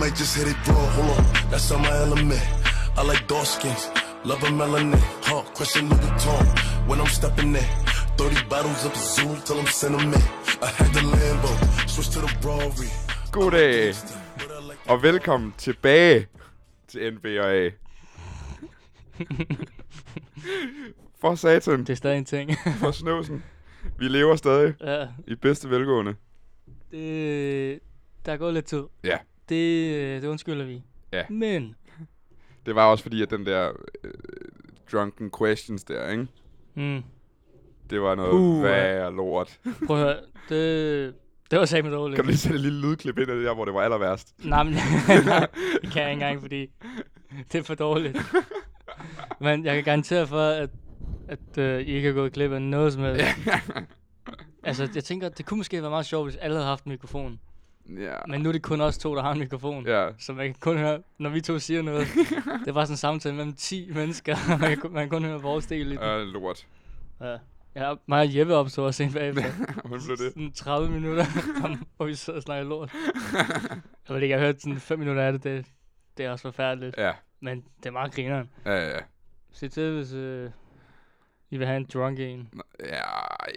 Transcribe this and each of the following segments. might just hit it raw. Hold on, that's on my element. I like dark skins, love a melanin. Huh, question Louis Vuitton when I'm stepping in. 30 bottles up the zoo till I'm sentiment. I had the Lambo, switch to the Rory. Goddag, og velkommen tilbage til NBA. For satan, Det er stadig en ting. for snøsen. Vi lever stadig ja, i bedste velgående. det, der er gået lidt tid. Ja, Det, øh, det undskylder vi. Ja. Men, det var også fordi, at den der øh, drunken questions der, ikke? mm, Det var noget Uh, uh, ja. værre lort. prøv at høre, det, det var sagt med dårligt. Kan du lige sætte et lille lydklip ind af det der, hvor det var aller værst? Nej, men det kan jeg ikke engang, fordi det er for dårligt. Men jeg kan garantere for, at, at øh, I ikke har gået glip af noget som helst. Altså, jeg tænker, det kunne måske være meget sjovt, hvis alle havde haft en mikrofon. ja. Men nu er det kun os to, der har en mikrofon. ja. Så man kan kun høre, når vi to siger noget. det er bare sådan en samtale mellem 10 mennesker, og man kan, kun- man kan kun høre vores del i den. Øh, lort. Ja. Ja, mig og Jeppe opstod også en bagefter. Hvordan blev det? Sådan 30 minutter, om, hvor vi sad og snakkede lort. Jeg ved ikke, jeg har hørt sådan 5 minutter af det, det, det er også forfærdeligt. Ja. Men det er meget grineren. Ja, ja, ja. Se til, hvis øh, I vil have en drunk en. Nå, Ja, ej.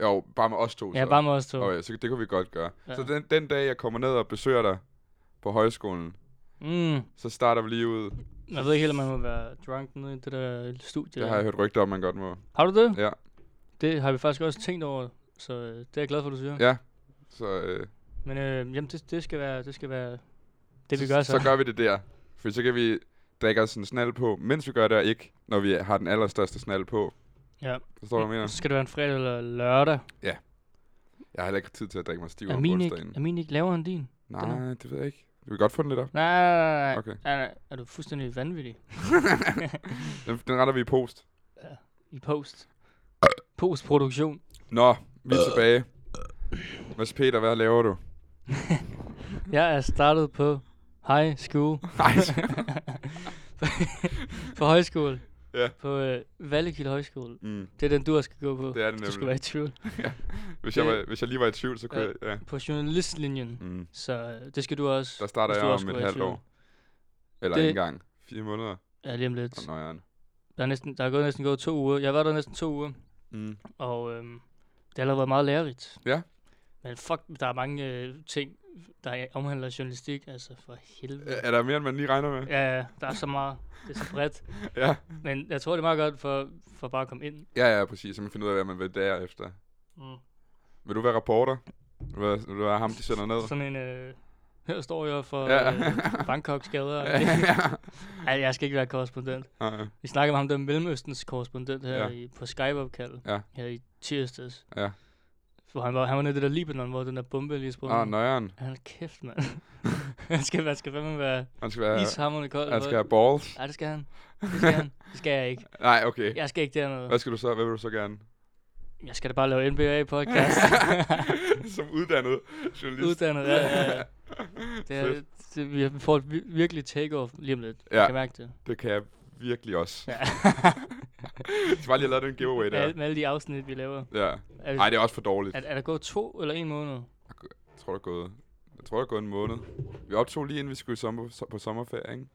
Jo, bare med os to. Ja, så. bare med os to. Okay, så det kunne vi godt gøre. Ja. Ja. Så den, den dag, jeg kommer ned og besøger dig på højskolen, Mm. så starter vi lige ud. Jeg ved ikke helt, om man må være drunk nede i det der studie. Det der. har jeg hørt rygter om, man godt må. har du det? Ja, Det har vi faktisk også tænkt over, så øh, det er jeg glad for, du siger. ja. Så, øh, Men øh, jamen, det, det, skal være, det skal være det, vi gør så. så gør vi det der. For så kan vi drikke os en snald på, mens vi gør det, og ikke når vi har den allerstørste snald på. Ja. Forstår du, hvad jeg Så mener? skal det være en fredag eller lørdag. Jeg har heller ikke tid til at drikke mig stiv Er om min, ikke, onsdagen. er min ikke lavere end din? Nej, det ved jeg ikke. Du kan godt få den lidt op. Nej, nej, nej. Okay. nej, nej. Er du fuldstændig vanvittig? Den, den retter vi i post. I post. Postproduktion. Nå, vi er tilbage. Mads Peter, hvad laver du? Jeg er startet på high school. Nej, på højskole. Ja. På øh, Vallekilde Højskole. mm, Det er den, du også skal gå på. det er det du skal være nemlig. i tvivl. Hvis jeg, det- var, hvis jeg lige var i tvivl, så kunne Ja. jeg... Ja. På journalistlinjen. Mm. Så øh, det skal du også. Der starter hvis jeg du også om et skulle være i halvt tvivl. år. Eller Det- det... ikke engang. Fire måneder. Ja, lige om lidt. Om nøjeren. Der er, næsten, der er gået næsten gået to uger. Jeg var der næsten to uger. Mm. Og øhm, det har allerede været meget lærerigt. Ja. Men fuck, der er mange øh, ting, der omhandler journalistik, altså for helvede. Er er der mere, end man lige regner med? Ja, ja, der er så meget. Det er så bredt. Ja, Men jeg tror, det er meget godt for, for bare at komme ind. ja, ja præcis. Så man finder ud af, hvad man vil derefter. Mm. Vil du være reporter? Vil du være, vil du være ham, de sender ned? Sådan en, øh, her står jeg for Ja. ja. øh, Bangkoks gader. Ja, ja. Ej, jeg skal ikke være korrespondent. Nej, Vi snakker med ham, der er Mellemøstens korrespondent her ja. Ja. i, på Skype-opkald. Ja. Her i tirsdags. Ja. For han var, han var nede i det der Libanon, hvor den der bombe lige sprang. Ah, nøjeren. Han er kæft, mand. han skal, man skal fandme være Han skal være, ishammerende kold. han for- skal have balls. Ej, det skal han. Det skal han. Det skal jeg ikke. Nej, okay. Jeg skal ikke dernede. Hvad skal du så? Hvad vil du så gerne? Jeg skal da bare lave NBA-podcast. Som uddannet journalist. Uddannet, ja, ja, ja. Det er, Fedt. det, vi har- vi får et vir- virkelig take-off lige om lidt. Ja. Ja. Kan mærke det. Det kan jeg virkelig også. Ja. Jeg skal bare lige have lavet den giveaway med, der. alle, med alle de afsnit, vi laver. Ja. Er, det, Ej, det er også for dårligt. er, er der gået to eller en måned? Jeg tror, der er gået, jeg tror, der er gået en måned. Vi optog lige inden vi skulle i sommer, so- på sommerferie, ikke?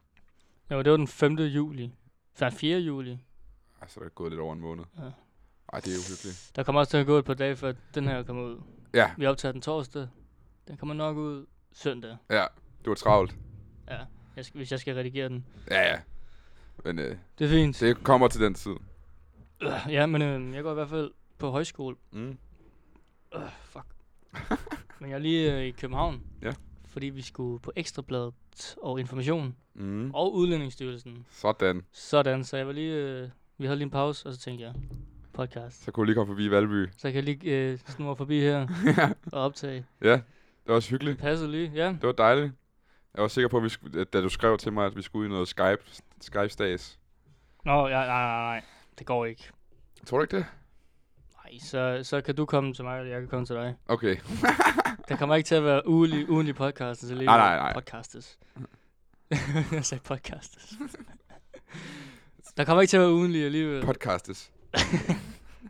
Jo, det var den 5. juli. Den 4. juli. Ej, så er der gået lidt over en måned. Ja. Ej, det er uhyggeligt. Der kommer også til at gå et par dage, før den her kommer ud. Ja, Vi optager den torsdag. Den kommer nok ud søndag. ja. Du var travlt. Ja, jeg skal, hvis jeg skal redigere den. Ja, ja. Men øh, Det er fint. det kommer til den tid. Ja, men øh, jeg går i hvert fald på højskole. Mm. Øh, fuck. men jeg er lige øh, i København. Ja. Fordi vi skulle på Ekstrabladet og Information Mm. og Udlændingsstyrelsen. Sådan. Sådan, så jeg var lige... Øh, vi havde lige en pause, og så tænkte jeg, podcast. Så kunne du lige komme forbi Valby. Så jeg kan lige øh, snurre forbi her og optage. Ja, det var også hyggeligt. Passet lige, ja. Det var dejligt. Jeg var sikker på, at, vi skulle, at da du skrev til mig, at vi skulle ud i noget Skype, Skype-stads. Nå, ja, nej, nej, nej. Det går ikke. Tror du ikke det? Nej, så, så kan du komme til mig, eller jeg kan komme til dig. Okay. Der kommer ikke til at være ugenlig, ugenlig podcast, så lige Nej, nej, nej. podcastes. jeg sagde podcastes. der kommer ikke til at være ugenlig alligevel. Podcastes.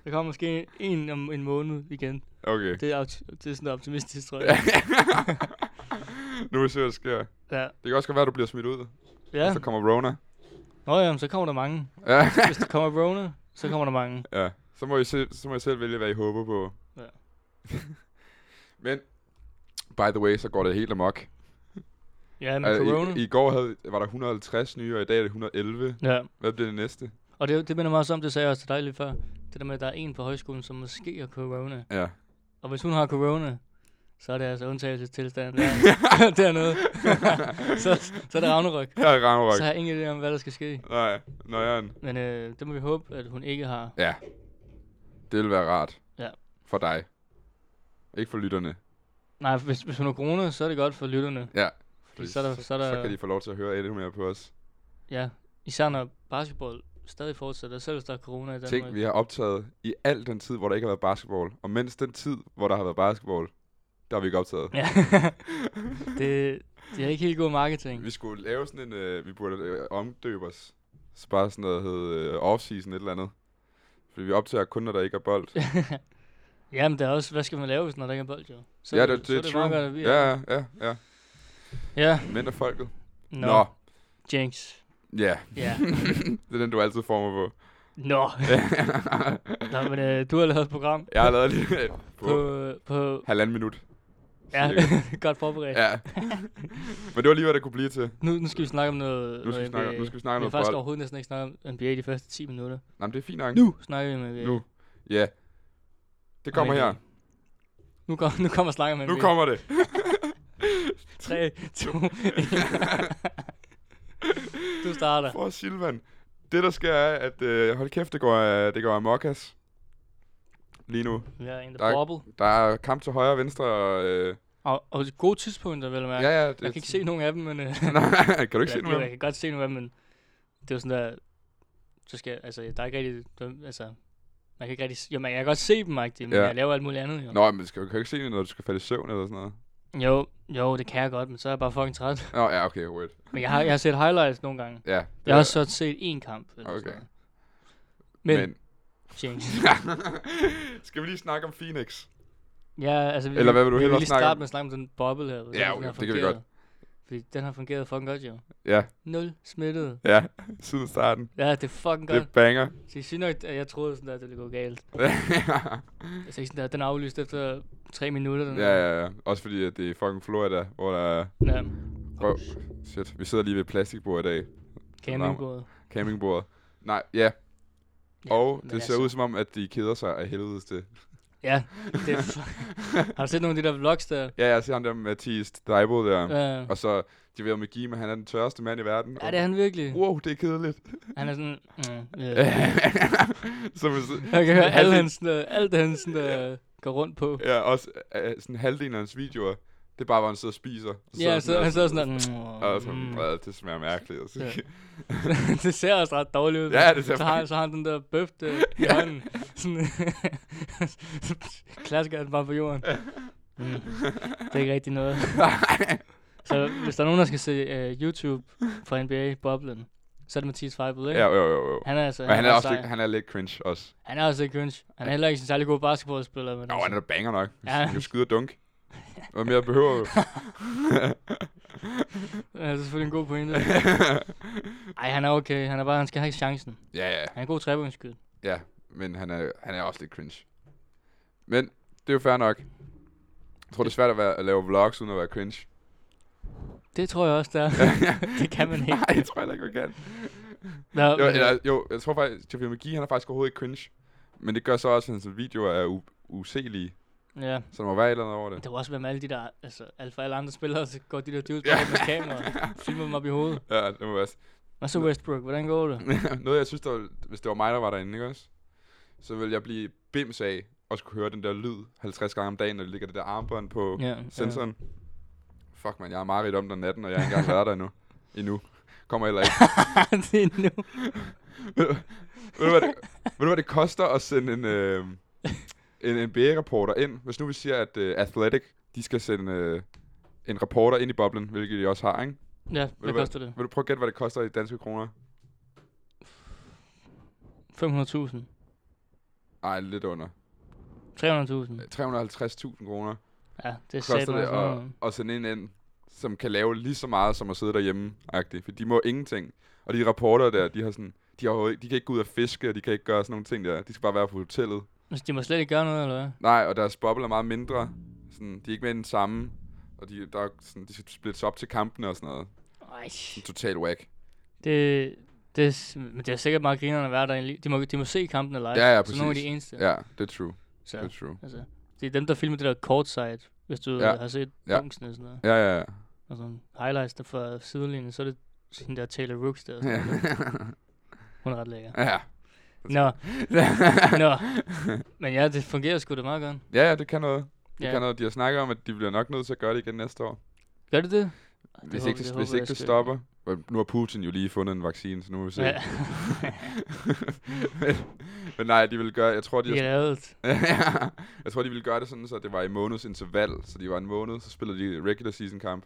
Der kommer måske en om en måned igen. Okay. Det er, opti- det er sådan noget optimistisk, tror jeg. nu må vi se, hvad der sker. Det Ja. kan også godt være, at du bliver smidt ud. ja. Så kommer Rona. Nå ja, men så kommer der mange. Ja. Hvis der kommer Rona, så kommer der mange. ja. Så må, I se, så må I selv vælge, hvad I håber på. Ja. Men, by the way, så går det helt amok. Ja, med Altså, corona. i, I går havde, var der 150 nye, og i dag er det 111. Ja, Hvad bliver det næste? og det, det minder mig også om, det sagde jeg også til dig lige før. Det der med, at der er en på højskolen, som måske har corona. Ja. Og hvis hun har corona, så er det altså undtagelsestilstand der, dernede. så, så er det Ragnarok. Her er Ragnarok. Så har jeg ingen idé om, hvad der skal ske. Nej, nøjeren. Men øh, det må vi håbe, at hun ikke har. Ja. Det ville være rart. Ja. For dig. Ikke for lytterne. Nej, hvis, hvis hun har corona, så er det godt for lytterne. Ja. Fordi så er der- så, så er der- så kan de få lov til at høre endnu mere på os. Ja, især når basketball stadig fortsætter, selv hvis der er corona i Danmark. Ting, vi har optaget i al den tid, hvor der ikke har været basketball. Og mens den tid, hvor der har været basketball, der har vi ikke optaget. Ja. det, det er ikke helt god marketing. Vi skulle lave sådan en, øh, vi burde øh, omdøbe os. Så bare sådan noget hed øh, off-season et eller andet. Fordi vi optager kun, når der ikke er bold. Jamen, der er også, hvad skal man lave, hvis når der ikke er bold, jo? Så, ja, så det, det, er meget true. godt, at vi er- ja, ja, ja, ja. Ja, Mænd og folket. Nå. nå. No. Jinx. Ja, Ja. det er den, du altid former på. Nå. Nå, men øh, du har lavet et program Jeg har lavet lige på, på... på på halvanden minut. ja, cirka. godt forberedt. Ja. ja. Men det var lige, hvad det kunne blive til. Nu, nu skal vi snakke om noget, Nu skal, noget vi snakke, NBA. nu skal vi snakke om vi har noget faktisk bold. overhovedet næsten ikke snakket om NBA de første 10 minutter. Nej, men det er fint nok. Nu snakker vi med NBA. Nu. Ja. Det Og kommer NBA. her. Nu, kom, nu kommer snakken med Nu NBA. kommer det. 3, 2, 1. Du starter. For Silvan. Det, der sker, er, at øh, hold kæft, det går, øh, det går amokas. Lige nu. Ja, en Der er- der bobble. Der er kamp til højre og venstre. Og, øh, Og, og gode tidspunkter, vel at mærke. ja, ja. Det, Jeg kan ikke se nogen af dem, men... Øh, Nej, kan du ikke se Ja, jo, noget? Jeg kan godt se nu, hvad, men det er jo sådan der, så skal jeg, altså, der er ikke rigtig, der, altså, man kan ikke rigtig, s- jo, man kan godt se dem, rigtig, men Ja. ja. jeg laver alt muligt andet, jo. Nå, men skal, kan du ikke se det, når du skal falde i søvn eller sådan noget? Jo, jo, det kan jeg godt, men så er jeg bare fucking træt. Nå, ja, okay, wait. Men jeg har, jeg har set highlights nogle gange. Ja. det Jeg har er- også så set én kamp. Eller Okay. sådan noget. Men, men. James, skal vi lige snakke om Phoenix? ja, altså, vi, Eller hvad vil du vi hellere lige snakke starte om? med at snakke om den boble her. hvordan Ja, den okay, har det kan vi fungeret. godt. Fordi den har fungeret fucking godt, jo. Ja, Nul smittede. ja. Siden starten. Ja, det er fucking Det godt. er banger. Så jeg synes nok, at jeg troede sådan der, at det ville gå galt. Jeg sagde sådan der, den er aflyst efter tre minutter. Den ja, ja, ja. Mm. Også fordi, at det er fucking Florida, hvor der er... der. ja. Oh, shit, vi sidder lige ved et plastikbord i dag. Campingbordet. Campingbordet. Nej, ja. Ja, ja og men det ser altså- ud som om, at de keder sig af helvedes til. Ja, det er fu- Har du set nogle af de der vlogs der? Ja, jeg ser ham der med Mathias Deibo der. Ja. Ja, Og så, de ved med Gima, han er den tørste mand i verden. ja det er han virkelig. Wow, det er kedeligt. Han er sådan... Mm, øh. så man sidder, Jeg kan høre Halvdelen- alle hans, øh, alt det han sådan, øh, går rundt på. Ja, også øh, sådan halvdelen af hans videoer, det er bare, hvor han sidder og spiser. Og Ja, så, han der, sidder sådan der... Og så, mm, mm. "Brr, det smager mærkeligt. altså. Og så, Ja. det ser også ret dårligt ud. Ja, det ser så har, fucking- så har han den der bøf der i Ja. hånden. Sådan, klasker han bare på jorden. Mm. Det er ikke rigtig noget. så hvis der er nogen, der skal se uh, YouTube fra NBA-boblen, så er det Mathias Feibel, ikke? ja, jo, jo, jo. Han er altså Men han er, også sej. lidt, han er lidt cringe også. Han er også lidt cringe. Han er heller ikke en særlig god basketballspiller. Men Nå, han altså, er da banger nok. Ja. Ja. Han kan skyde og dunk. Hvad mere behøver du? han er selvfølgelig en god pointe. Ej, han er okay. Han er bare, han skal have ikke chancen. ja, ja, Han er en god trebundskyld. ja. Men han er, han er også lidt cringe. Men det er jo fair nok. Jeg tror, det er svært at, være, at lave vlogs, uden at være cringe. Det tror jeg også, der. det kan man ikke. Nej, jeg tror heller ikke, man kan. Nå, Jo, men, øh, eller, jo, jeg tror faktisk, Javier McGee, han er faktisk overhovedet ikke cringe. Men det gør så også, at hans videoer er u- uselige. ja. Så der må være et eller andet over det. Det var også være med alle de der, altså alt for alle andre spillere, så går de der dudes bare rundt med kamera, og filmer dem op i hovedet. Ja, det må være. s- Hvad så Westbrook, hvordan går det? Noget, jeg synes, der, var- hvis det var mig, der var derinde, ikke også? Så ville jeg blive bims af at skulle høre den der lyd 50 gange om dagen, når det ligger det der armbånd på Ja, ja, sensoren. Ja. Fuck, man, jeg har meget om den natten, og jeg har ikke engang været der endnu. Endnu. Kommer heller ikke. Ja. det er nu. ved, du- ved, du, hvad det, ved du, hvad det koster at sende en, øh, en NBA-reporter ind? Hvis nu vi siger, at øh, Athletic, de skal sende øh, en reporter ind i boblen, hvilket de også har, ikke? Ja, Ved du hvad koster det? Vil du prøve at gætte, hvad det koster i danske kroner? 500.000. Ej, lidt under. Øh, 300.000. 350.000 kroner Ja, det koster er satan det også at, noget. at sende en ind, som kan lave lige så meget som at sidde derhjemme, -agtigt, for de må ingenting. Og de rapporter der, de har sådan, de, har, overhovedet- de kan ikke gå ud og fiske, og de kan ikke gøre sådan nogle ting der. De skal bare være på hotellet. Altså, de må slet ikke gøre noget, eller hvad? Nej, og deres boble er meget mindre. Sådan, de er ikke med i den samme. Og de, der er sådan, de skal splittes op til kampene og sådan noget. Ej. Total whack. Det, det, er s- men det er sikkert meget grinerne at være der egentlig. De må, de må se kampen live. Ja, ja, Så nogle af de præcis. eneste. Ja, det er true. Så, Det er true. altså, det er dem, der filmer det der court side, hvis du Ja. ja. har set Ja. ja. bunksene og sådan noget. Ja, ja, ja. Og sådan highlights der fra sidelinjen, så er det sådan der Taylor Rooks der. Ja. Ja. Hun er ret lækker. ja. Nå, nå. Men ja, det fungerer sgu da meget godt. ja, ja, det kan noget. Det Ja. kan noget. De har snakket om, at de bliver nok nødt til at gøre det igen næste år. Gør det det? Hvis håber- ikke det, det hvis håber ikke jeg det sgu. stopper. Og Nu har Putin jo lige fundet en vaccine, så nu må vi se. Ja. men, men nej, de vil gøre... Jeg tror, de De har er lavet. Ja, jeg tror, de ville gøre det sådan, så det var i måneds interval. Så de var en måned, så spillede de regular season kamp.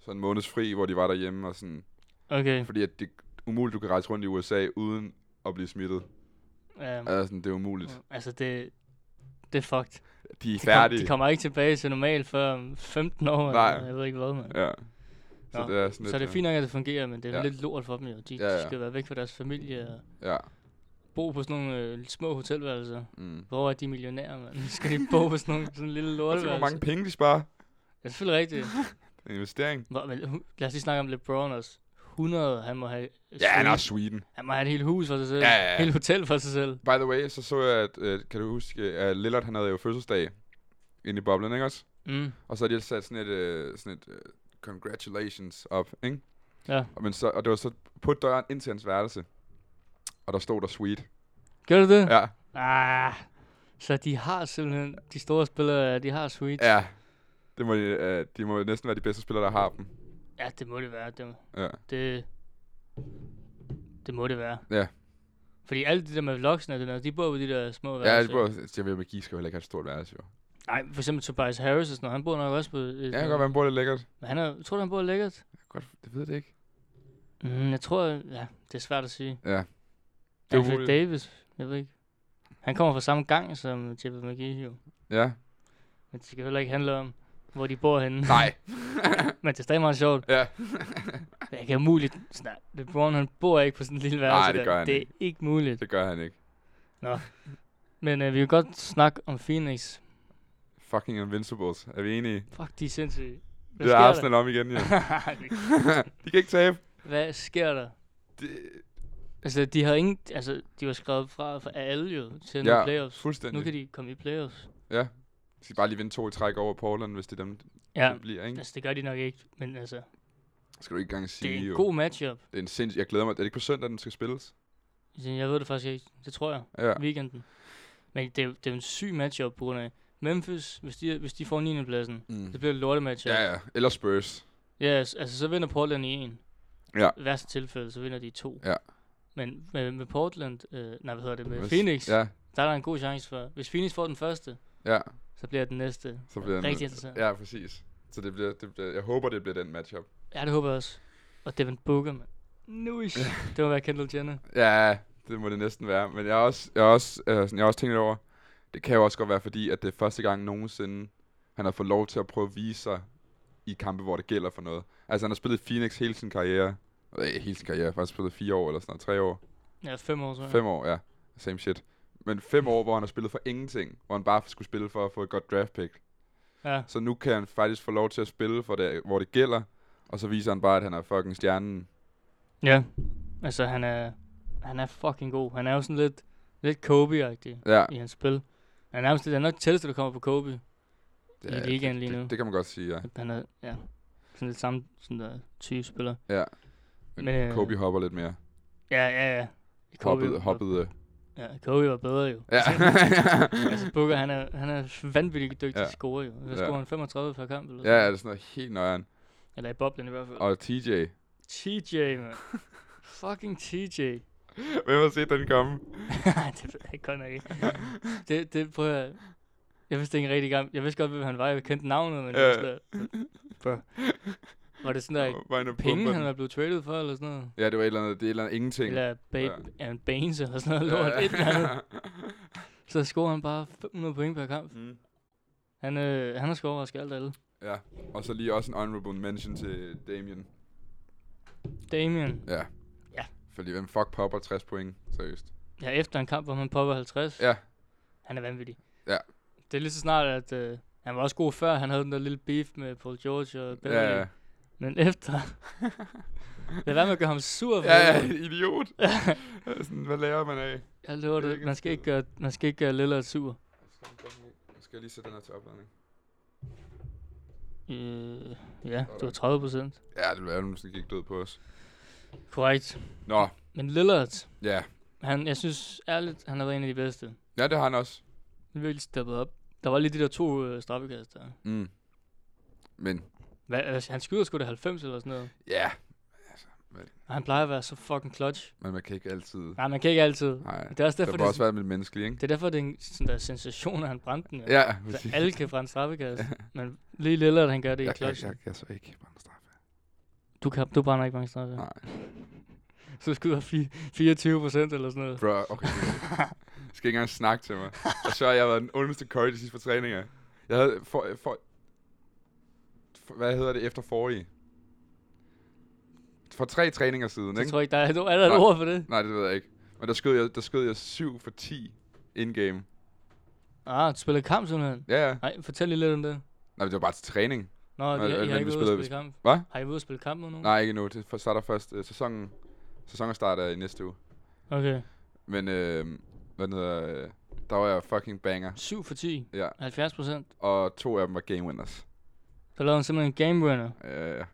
Så en måneds fri, hvor de var derhjemme. Og sådan, Okay. fordi at det er umuligt, du kan rejse rundt i USA uden at blive smittet. Um, Altså, sådan, det er umuligt. altså, det, det er fucked. De er De, kom, færdige. de kommer ikke tilbage til normalt før om 15 år. Nej. eller Jeg ved ikke hvad, mand. Ja. Så Nå, det er sådan lidt, Så det er øh, fint nok, at det fungerer, men det er Ja. ja. lidt lort for dem jo. De, Ja, ja. de skal være væk fra deres familie og Ja. bo på sådan nogle øh, små hotelværelser. Mm. Hvor er de millionærer, mand? Nu skal de bo på sådan, nogle, sådan en lille Og se, hvor lorteværelse. mange penge de sparer. Det er selvfølgelig rigtigt. Det er En investering. Hvor, men, hu- lad os lige snakke om LeBron også. 100, han må have... Ja, han er også Sweden. han må have et helt hus for sig selv. Ja, ja, ja. Helt hotel for sig selv. By the way, så så jeg, at, øh, kan du huske, at Lillard, han havde jo fødselsdag inde i boblen, ikke også? Mm. Og så havde de sat sådan et, øh, sådan et øh, congratulations op, ikke? Ja. Og, men så, og det var så på døren ind til hans værelse. Og der stod der sweet. Gør du det? Ja, Ah, så de har simpelthen... De store spillere, de har suite. ja. Det må, de, uh, de må næsten være de bedste spillere, der har dem. ja det må det være. Det, Ja. det, det må det være. Ja. Fordi alle de der med vlogsene og det der, de bor på de der små Ja, det burde, jeg ved, McGee skal jo heller ikke have et stort værelse, jo. Nej, for eksempel Tobias Harris og sådan noget, han bor nok også på... Ja, det kan godt være, han bor lidt lækkert. Men han er, tror du, han bor lækkert? Jeg kan Godt, det ved det ikke. Mm, jeg tror, ja, det er svært at sige. Ja. Det er Det er Anthony umuligt. Davis, jeg ved ikke. Han kommer fra samme gang som Jeppe McGee, jo. Ja. Men det skal heller ikke handle om, hvor de bor henne. Nej. Men det er stadig meget sjovt. ja. Men Jeg kan umuligt... Sådan, der- LeBron, han bor ikke på sådan en lille værelse det der. gør han Det er ikke. ikke muligt. Det gør han ikke. Men øh, vi kan godt snakke om Phoenix. Fucking Invincibles. Er vi enige? Fuck, de er sindssyge. Hvad Det er sker Arsenal om igen, ja. der? de kan ikke tabe. Hvad sker der? Det, Altså, de havde ingen... Altså, de var skrevet fra for alle jo til ja, ja, playoffs. fuldstændig. Nu kan de komme i playoffs. Ja. De skal bare lige vinde to i træk over Portland, hvis det er dem, ja. Ja, det bliver, ikke? altså, det gør de nok ikke, men altså, Skal du ikke engang sige, det er jo. en god matchup. Altså, Det er en sinds... Jeg glæder mig. Er det ikke på søndag, den skal spilles? Jeg ved det faktisk ikke. Det tror jeg. Ja. Ja. Weekenden. Men det er, jo- det er jo en syg matchup på grund af Memphis, hvis de, hvis de får 9. pladsen. Mm. Det bliver et lortet matchup. Ja, ja. Eller Spurs. ja. Yes, altså så vinder Portland i en. Ja. I værste tilfælde, så vinder de i to. Ja. Men med, med Portland, øh, nej hvad hedder det, med Hvis- Phoenix, ja. Ja, der er der en god chance for. Hvis Phoenix får den første, ja. så bliver den næste Så bliver den- rigtig interessant. Ja. Ja, præcis. Så det bliver, det bliver, jeg håber, det bliver den matchup. ja, det håber jeg også. Og Devin Booker, mand. Nice. det må være Kendall Jenner. Ja, det må det næsten være. Men jeg har også, jeg har også, øh, sådan, jeg har også tænkt lidt over, det kan jo også godt være, fordi at det er første gang nogensinde, han har fået lov til at prøve at vise sig i kampe, hvor det gælder for noget. Altså, han har spillet i Phoenix hele sin karriere. Øh, hele sin karriere. Faktisk spillet fire år, eller sådan noget. Tre år. Ja, fem år, tror jeg. Fem år, ja. Same shit. Men fem år, hvor han har spillet for ingenting. Hvor han bare skulle spille for at få et godt draft pick. Ja. Så nu kan han faktisk få lov til at spille, for det, hvor det gælder. Og så viser han bare, at han er fucking stjernen. Ja, altså han er, han er fucking god. Han er jo sådan lidt, lidt Kobe-agtig Ja, i hans spil. Han er nærmest, det er nok tættest, du kommer på Kobe. det, i er- ligaen det, lige nu. Det, det, kan man godt sige, ja. Han er, ja, sådan lidt samme sådan der type spiller. ja. Men, Men, øh, Kobe hopper lidt mere. Ja, ja, ja. Hoppede, var- hoppede. Ja, Kobe var bedre jo. Ja. altså Booker, han er, han er vanvittigt dygtig Ja. ja. scorer jo. Så Ja. scorer han 35 per kamp eller ja, sådan det noget. er sådan noget helt nøjeren. Eller i boblen i hvert fald. Og Og TJ. TJ, man. fucking TJ. Hvem har set den komme? det ved jeg godt nok ikke. Det, det prøver jeg... Jeg vidste ikke rigtig gammel. Jeg vidste godt, hvem han var. Jeg kendte navnet, men Ja. ja. var sådan der, Var det sådan der Var inde og pumper penge, han den. var blevet traded for, eller sådan noget? Ja, det var et eller andet, det er et eller andet ingenting. Eller Ja. Babe ja. and Baines, eller sådan noget lort. Et eller andet. Så scorer han bare 500 point per kamp. Mm. Han, øh, han har sgu overrasket alt og alle. Ja, og så lige også en honorable mention til Damien. Damien. Ja. Ja. Fordi hvem fuck popper 60 point? Seriøst. Ja, efter en kamp, hvor man popper 50. Ja, Han er vanvittig. Ja. Det er lige så snart, at øh, han var også god før. Han havde den der lille beef med Paul George og Beverly. ja, ja. Men efter... Lad være med at gøre ham sur. For Ja, ja, idiot. Sådan, hvad lærer man af? Jeg lover Det er det. ikke Man skal ikke gøre, man skal ikke gøre Lillard sur. Nu skal jeg lige sætte den her til opladning. Øh, ja, det var 30 procent. Ja, det bliver nu sådan gik død på os. Korrekt. Nå, Men Lillard, ja. han, jeg synes ærligt, han har været en af de bedste. Han Ja, det har han også. er virkelig steppet op. Der var lige de der to øh, straffekast der. Mm. Men, Hvad, altså, han skyder sgu da 90 eller sådan noget. ja, Og han plejer at være så fucking clutch. men man kan ikke altid... Nej, man kan ikke altid. Nej, Det er også der derfor, må det, også være lidt menneskelig, ikke? det, er derfor, det er en sådan der sensation, at han brændte den. jo. Ja, Så præcis. alle kan brænde straffekast. Men lige Lillard, han gør det i Jeg, jeg, clutch. jeg, jeg så ikke brænde straffe. Du, kan, du brænder ikke mange straffe. Nej. Så skyder fi- 24 procent eller sådan noget. Bro, okay. Du skal ikke engang snakke til mig. Jeg sørger, jeg har været den ondeste curry de sidste par træninger. Jeg havde for, for, for, hvad hedder det, efter forrige? For tre træninger siden, Så ikke? tror jeg ikke, der er, er der Nej. et ord for det. Nej, det ved jeg ikke. Men der skød jeg, der skød jeg 7 for 10 in-game. Ah, du spiller kamp simpelthen. Ja, ja. Nej, fortæl lige lidt om det. Nej, men det var bare til træning. Nå, Nå, Nå I, I, øh, har men vi ikke været ude spiller- at spille kamp. Hvad? Har I været ude at spille kamp med nogen? Nej, ikke endnu. Det for- starter først øh, sæsonen. Sæsonen starter i næste uge. Okay. Men, øh, hvad den hedder, øh, der var jeg fucking banger. 7 for 10. Ja, 70 procent. og to af dem var game winners. Så lavede han simpelthen en game winner. Øh,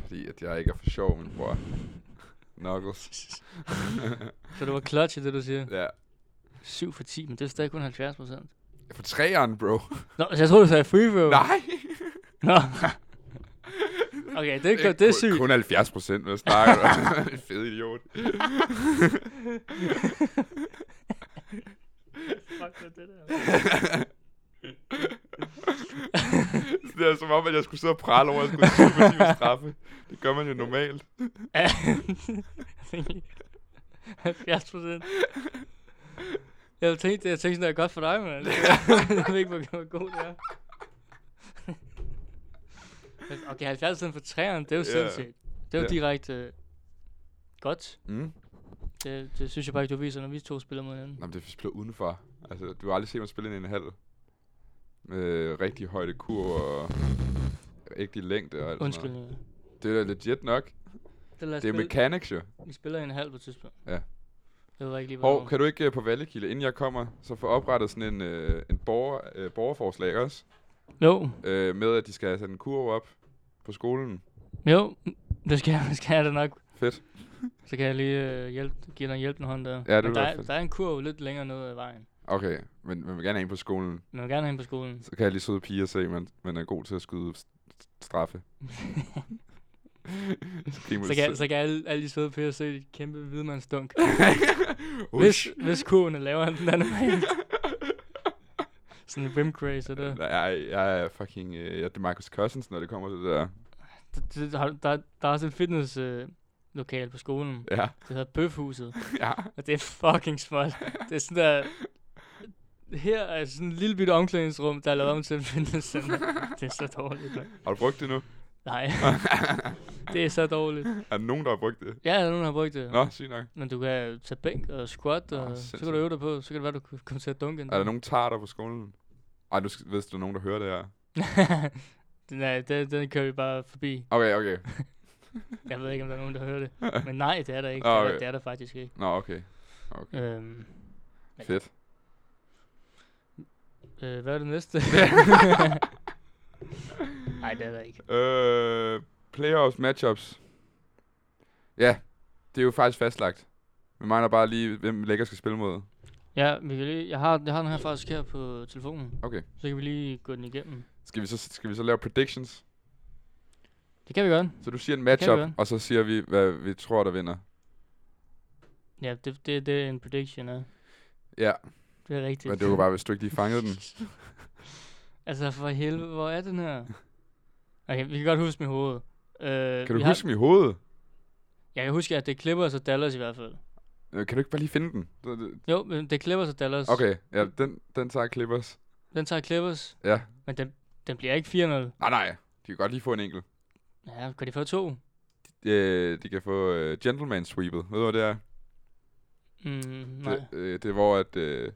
fordi at jeg ikke er for sjov, min bror. Knuckles. Så det var clutch i det, du siger. ja. 7 for 10, men det er stadig kun 70 procent. For træeren, bro. Nå, altså, jeg troede, du sagde free throw. Nej. Nå. okay, det, det, det Kun- er sygt. Kun 70 procent, hvad snakker du? Fed idiot. det er som om, at jeg skulle sidde og prale over, at jeg skulle have 20 timers straffe. Det gør man jo normalt. Ja. 70 procent. Jeg tænkte, jeg tænkte sådan, det er godt for dig, mand. jeg ved ikke, hvor, hvor god det er. Men Okay, 70 procent for træerne, det er jo Ja. sindssygt. Det er jo Ja. direkte øh, godt. Mm. Det, det, synes jeg bare ikke, du viser, når vi to spiller mod hinanden. Nå, men det er spillet udenfor. Altså, du har aldrig set mig spille ind i en halv. Med rigtig højde kur og rigtig længde og alt sådan Undskyld. noget. øh, Det er legit nok. Det, lad os Det er spille. mechanics jo. Vi spiller i en halv på et tidspunkt. Ja. Jeg ved ikke lige, hvornår. Hov, kan du ikke øh, på Vallekilde, inden jeg kommer, så få oprettet sådan en, øh, en borger, øh, borgerforslag også? Jo, Øh, med at de skal have sat en kurve op på skolen. jo. Det skal, jeg- skal jeg da nok. Fedt. Så kan jeg lige øh, hjælpe, give dig en hjælpende hånd der. det Men ville der, være er, fedt. der er en kurv lidt længere ned ad vejen. Okay, men man vil gerne have en på skolen. Men jeg vil gerne have en på skolen. Så kan jeg lige søde piger se, man, man er god til at skyde st- straffe. så kan Så kan, så kan alle, alle de søde piger se et kæmpe hvidmandsdunk. hvis, hvis kurven er lavere end den anden normalt. Sådan en rim crazy der. Nej, jeg, jeg er fucking... Øh, jeg er Marcus Cousins, når det kommer til det der. Der, der, der, der, der er også et fitness øh, lokal på skolen. Ja, Det hedder Bøfhuset. ja. Og det er fucking småt. Det er sådan der... Her er sådan en lille bitte omklædningsrum, der er lavet om til et fitnesscenter. Det er så dårligt. Man. Har du brugt det nu? Nej, det er så dårligt. er der nogen, der har brugt det? Ja, der er nogen, der har brugt det. Nå, sygt nok. Men du kan tage bænk og squat, Nå, og så kan sindssygt. du øve dig på. Så kan det være, du kan komme til at dunke en Er der dag. nogen tarter på skolen? Ej, du skal, hvis der er nogen, der hører det her. Nej, den, den kører vi bare forbi. Okay, okay. Jeg ved ikke, om der er nogen, der hører det. Men nej, det er der ikke. Nå, Det er der, okay. det er der faktisk ikke. Nå, okay. Øhm, Men- Fedt. øh, hvad er det næste? Nej, det er der ikke. Øh, playoffs, matchups. Ja, det er jo faktisk fastlagt. Vi mangler bare lige, hvem lækker skal spille mod. Ja, vi kan lige, jeg, har, jeg har den her faktisk her på telefonen. Okay. Så kan vi lige gå den igennem. Skal vi så, skal vi så lave predictions? Det kan vi godt. Så du siger en kan vi matchup, gøre. og så siger vi, hvad vi tror, der vinder. Ja, det, det, det er en prediction, ja. Ja, Det er rigtigt. men det var bare, hvis du ikke lige fangede den. Altså, for helvede, hvor er den her? Okay, vi kan godt huske med hovedet. Kan Øh, du vi huske dem i hovedet? Har, jeg kan huske, at det er Clippers og Dallas i hvert fald. Øh, Kan du ikke bare lige finde den? Det- det- Jo, men det er Clippers og Dallas. Okay, ja, den, den tager Clippers. Den tager Clippers, Ja, men den, Den bliver ikke 4-0. Nej, nej. De kan godt lige få en enkelt. Ja, kan de få to? Øh, de kan få øh, gentleman sweepet. Ved du, hvad det er? Mm, nej. Det, øh, det er, hvor at... Øh,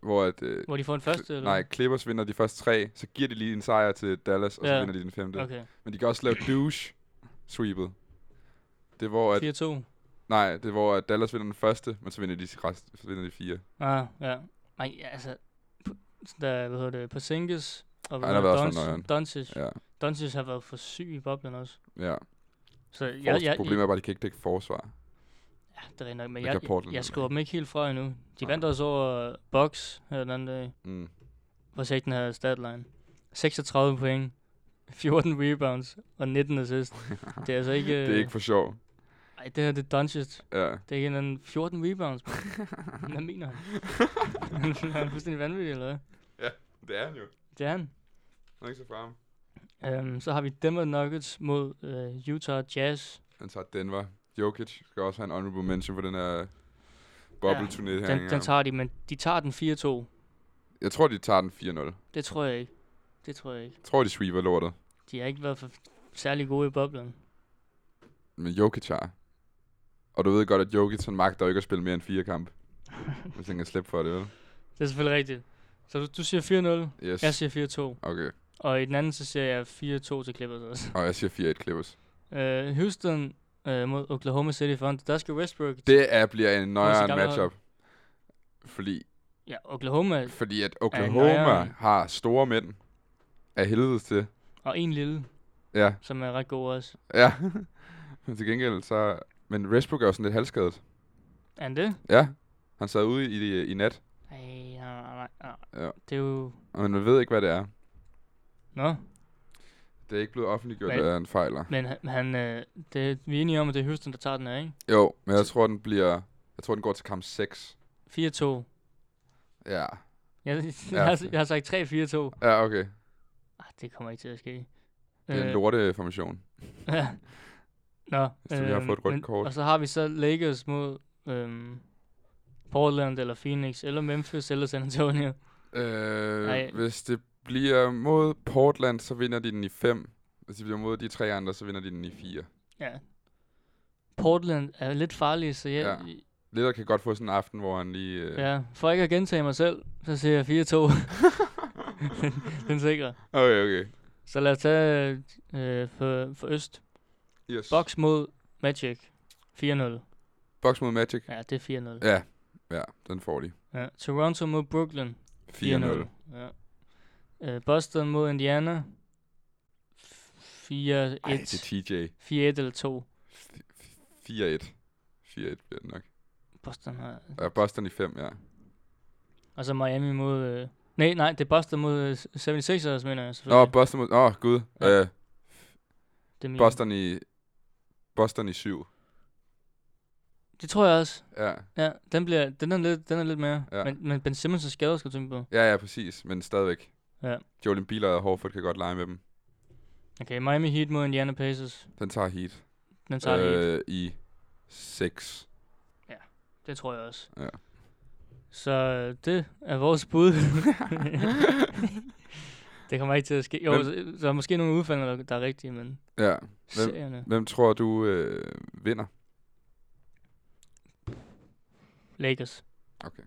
hvor at øh, Hvor de får en første? Eller? nej, Clippers vinder de første tre, så giver de lige en sejr til Dallas, og så Ja. vinder de den femte. Okay. Men de kan også lave douche sweepet. Det er, hvor at, 4-2. nej, det er, hvor at Dallas vinder den første, men så vinder de, rest, så vinder de fire. Ah, ja. Nej, ja, altså... p- sådan Der, hvad hedder det? Porzingis og hvad han har været hedder også for nøjeren. Doncic. Ja, Doncic har været for syg i boblen også. ja. Så jeg, Fors, jeg, problemet er bare, at de kan ikke dække forsvar. ja, det er rigtig nok, men Det jeg, kan Portland jeg, jeg heller skriver dem ikke helt fra endnu. De Nej. vandt også over Box her den anden dag, Mm. hvor Sigten havde statline. 36 point, 14 rebounds og 19 assist. det er altså ikke... Det er ikke for sjov. Ej, det her det er Doncic. Ja. Det er ikke en eller anden 14 rebounds, mand. Hvad mener han? han er fuldstændig vanvittig, eller hvad? Det er han jo. Det er han. Han er ikke så frem. Um, så har vi Denver Nuggets mod uh, Utah Jazz. Han tager Denver. Jokic skal også have en honorable mention for den her bubble-turné her. Den, den tager de, men de tager den 4-2. Jeg tror, de tager den 4-0. Det tror jeg ikke. Det tror jeg ikke. Jeg tror, de sweeper lortet. De har ikke været for særlig gode i boblen. Men Jokic har. Og du ved godt, at Jokic han magter jo ikke at spille mere end fire kampe. Hvis han kan slippe for det, vel? Det er selvfølgelig rigtigt. Så du, du siger 4-0, Yes. jeg siger 4-2. Okay. Og i den anden, så siger jeg 4-2 til Clippers også. Og jeg siger 4-1 Clippers. Uh, Houston uh, mod Oklahoma City Thunder. Der skal Westbrook... Det er, bliver en nøjere gamle hold. matchup. Fordi, Ja, Oklahoma fordi at nøjeren. Oklahoma har store mænd af helvedes til. og en lille, Ja, som er ret god også. ja. Men til gengæld så... Men Westbrook er jo sådan lidt halvskadet. Er han det? Ja, han sad ude i, i, i nat, Ej, nej, nej, nej, nej. Ja. Ja. Det er jo... og man ved ikke, hvad det er. Nå, Det er ikke blevet offentliggjort, Men- at han fejler. men han- han, øh, det, vi er enige om, at det er Houston, der tager den her, ikke? Jo, men jeg tror, den bliver... Jeg tror, den går til kamp 6. 4-2. Ja. Jeg, jeg, Ja. har, jeg har sagt 3-4-2. Ja, okay. Ah, det kommer ikke til at ske. Øh, Det er en lorteformation. Ja. Nå, øhm, Hvis du lige har fået et rødt men- kort. Og så har vi så Lakers mod øhm, Portland eller Phoenix eller Memphis eller San Antonio. Nej. Øh, hvis det bliver mod Portland, så vinder de den i 5. Hvis det bliver mod de tre andre, så vinder de den i 4. Ja. Portland er lidt farlig, så jeg, Ja. Leder kan godt få sådan en aften, hvor han lige... Øh... ja. For ikke at gentage mig selv, så siger jeg 4-2. den, den sikrer. Okay, okay. Så lad os tage øh, for, for Øst. Yes. Box mod Magic. 4-0. Box mod Magic. Ja, det er 4-0. Ja, ja, den får de. Ja. Toronto mod Brooklyn. 4-0. 4-0. Ja. Øh, Boston mod Indiana. F- 4-1. Ej, det er 4-1 TJ. eller 2. 4-1. 4-1 bliver det nok. Boston har... Ja, Boston i 5, ja. Og så Miami mod... Øh, nej, nej, det er Boston mod øh, 76ers, mener jeg Nå, selvfølgelig. Boston mod... Åh, gud. Ja. Øh, det, er min- Boston i... Boston i 7. det tror jeg også. Ja. Ja, den, bliver, den, er, lidt, den er lidt mere. Ja. Ja. Men, men Ben Simmons er skadet, skal du tænke på. Ja, ja, præcis. Men stadigvæk. Ja. Jolien Bieler og Horford kan godt lege med dem. Okay, Miami Heat mod Indiana Pacers. Den tager Heat. Den tager øh. det øh, I 6. Det tror jeg også. Ja. Så øh, det er vores bud. det kommer ikke til at ske. Jo, Hvem- så, så er måske nogle udfald, der, der er rigtige, men... Ja. Hvem- Serierne. Hvem tror du øh, vinder? Lakers. Okay.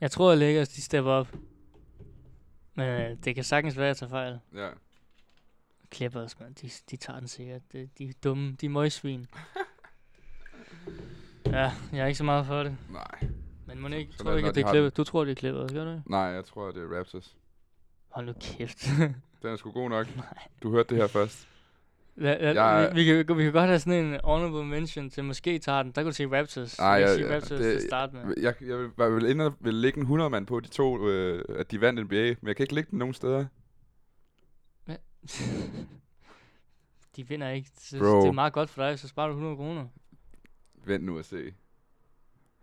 Jeg tror, at Lakers, de stepper op. Men øh, det kan sagtens være, at jeg tager fejl. Ja. Clippers, man. De, de tager den sikkert. De, de er dumme. De er møgsvin. ja, jeg er ikke så meget for det. Nej. Men må ikke, så tror lad du ikke, være, at de det er har den. Clippers. Du tror, det er Clippers, gør du ikke? Nej, jeg tror, det er Raptors. Hold nu kæft. Den er sgu god nok. Du hørte det her først. La, la, Jeg- vi, vi, kan, vi kan godt have sådan en honorable mention til måske tager den. Der kan du sige Raptors. Ej, jeg kan ja, sige ja, Raptors det- til at starte med. Jeg, jeg vil, jeg vil, inde, vil lægge en 100 mand på de to, øh, at de vandt NBA, men jeg kan ikke lægge den nogen steder. de vinder ikke. Så, Bro. det er meget godt for dig, så sparer du 100 kroner. Vent nu og se.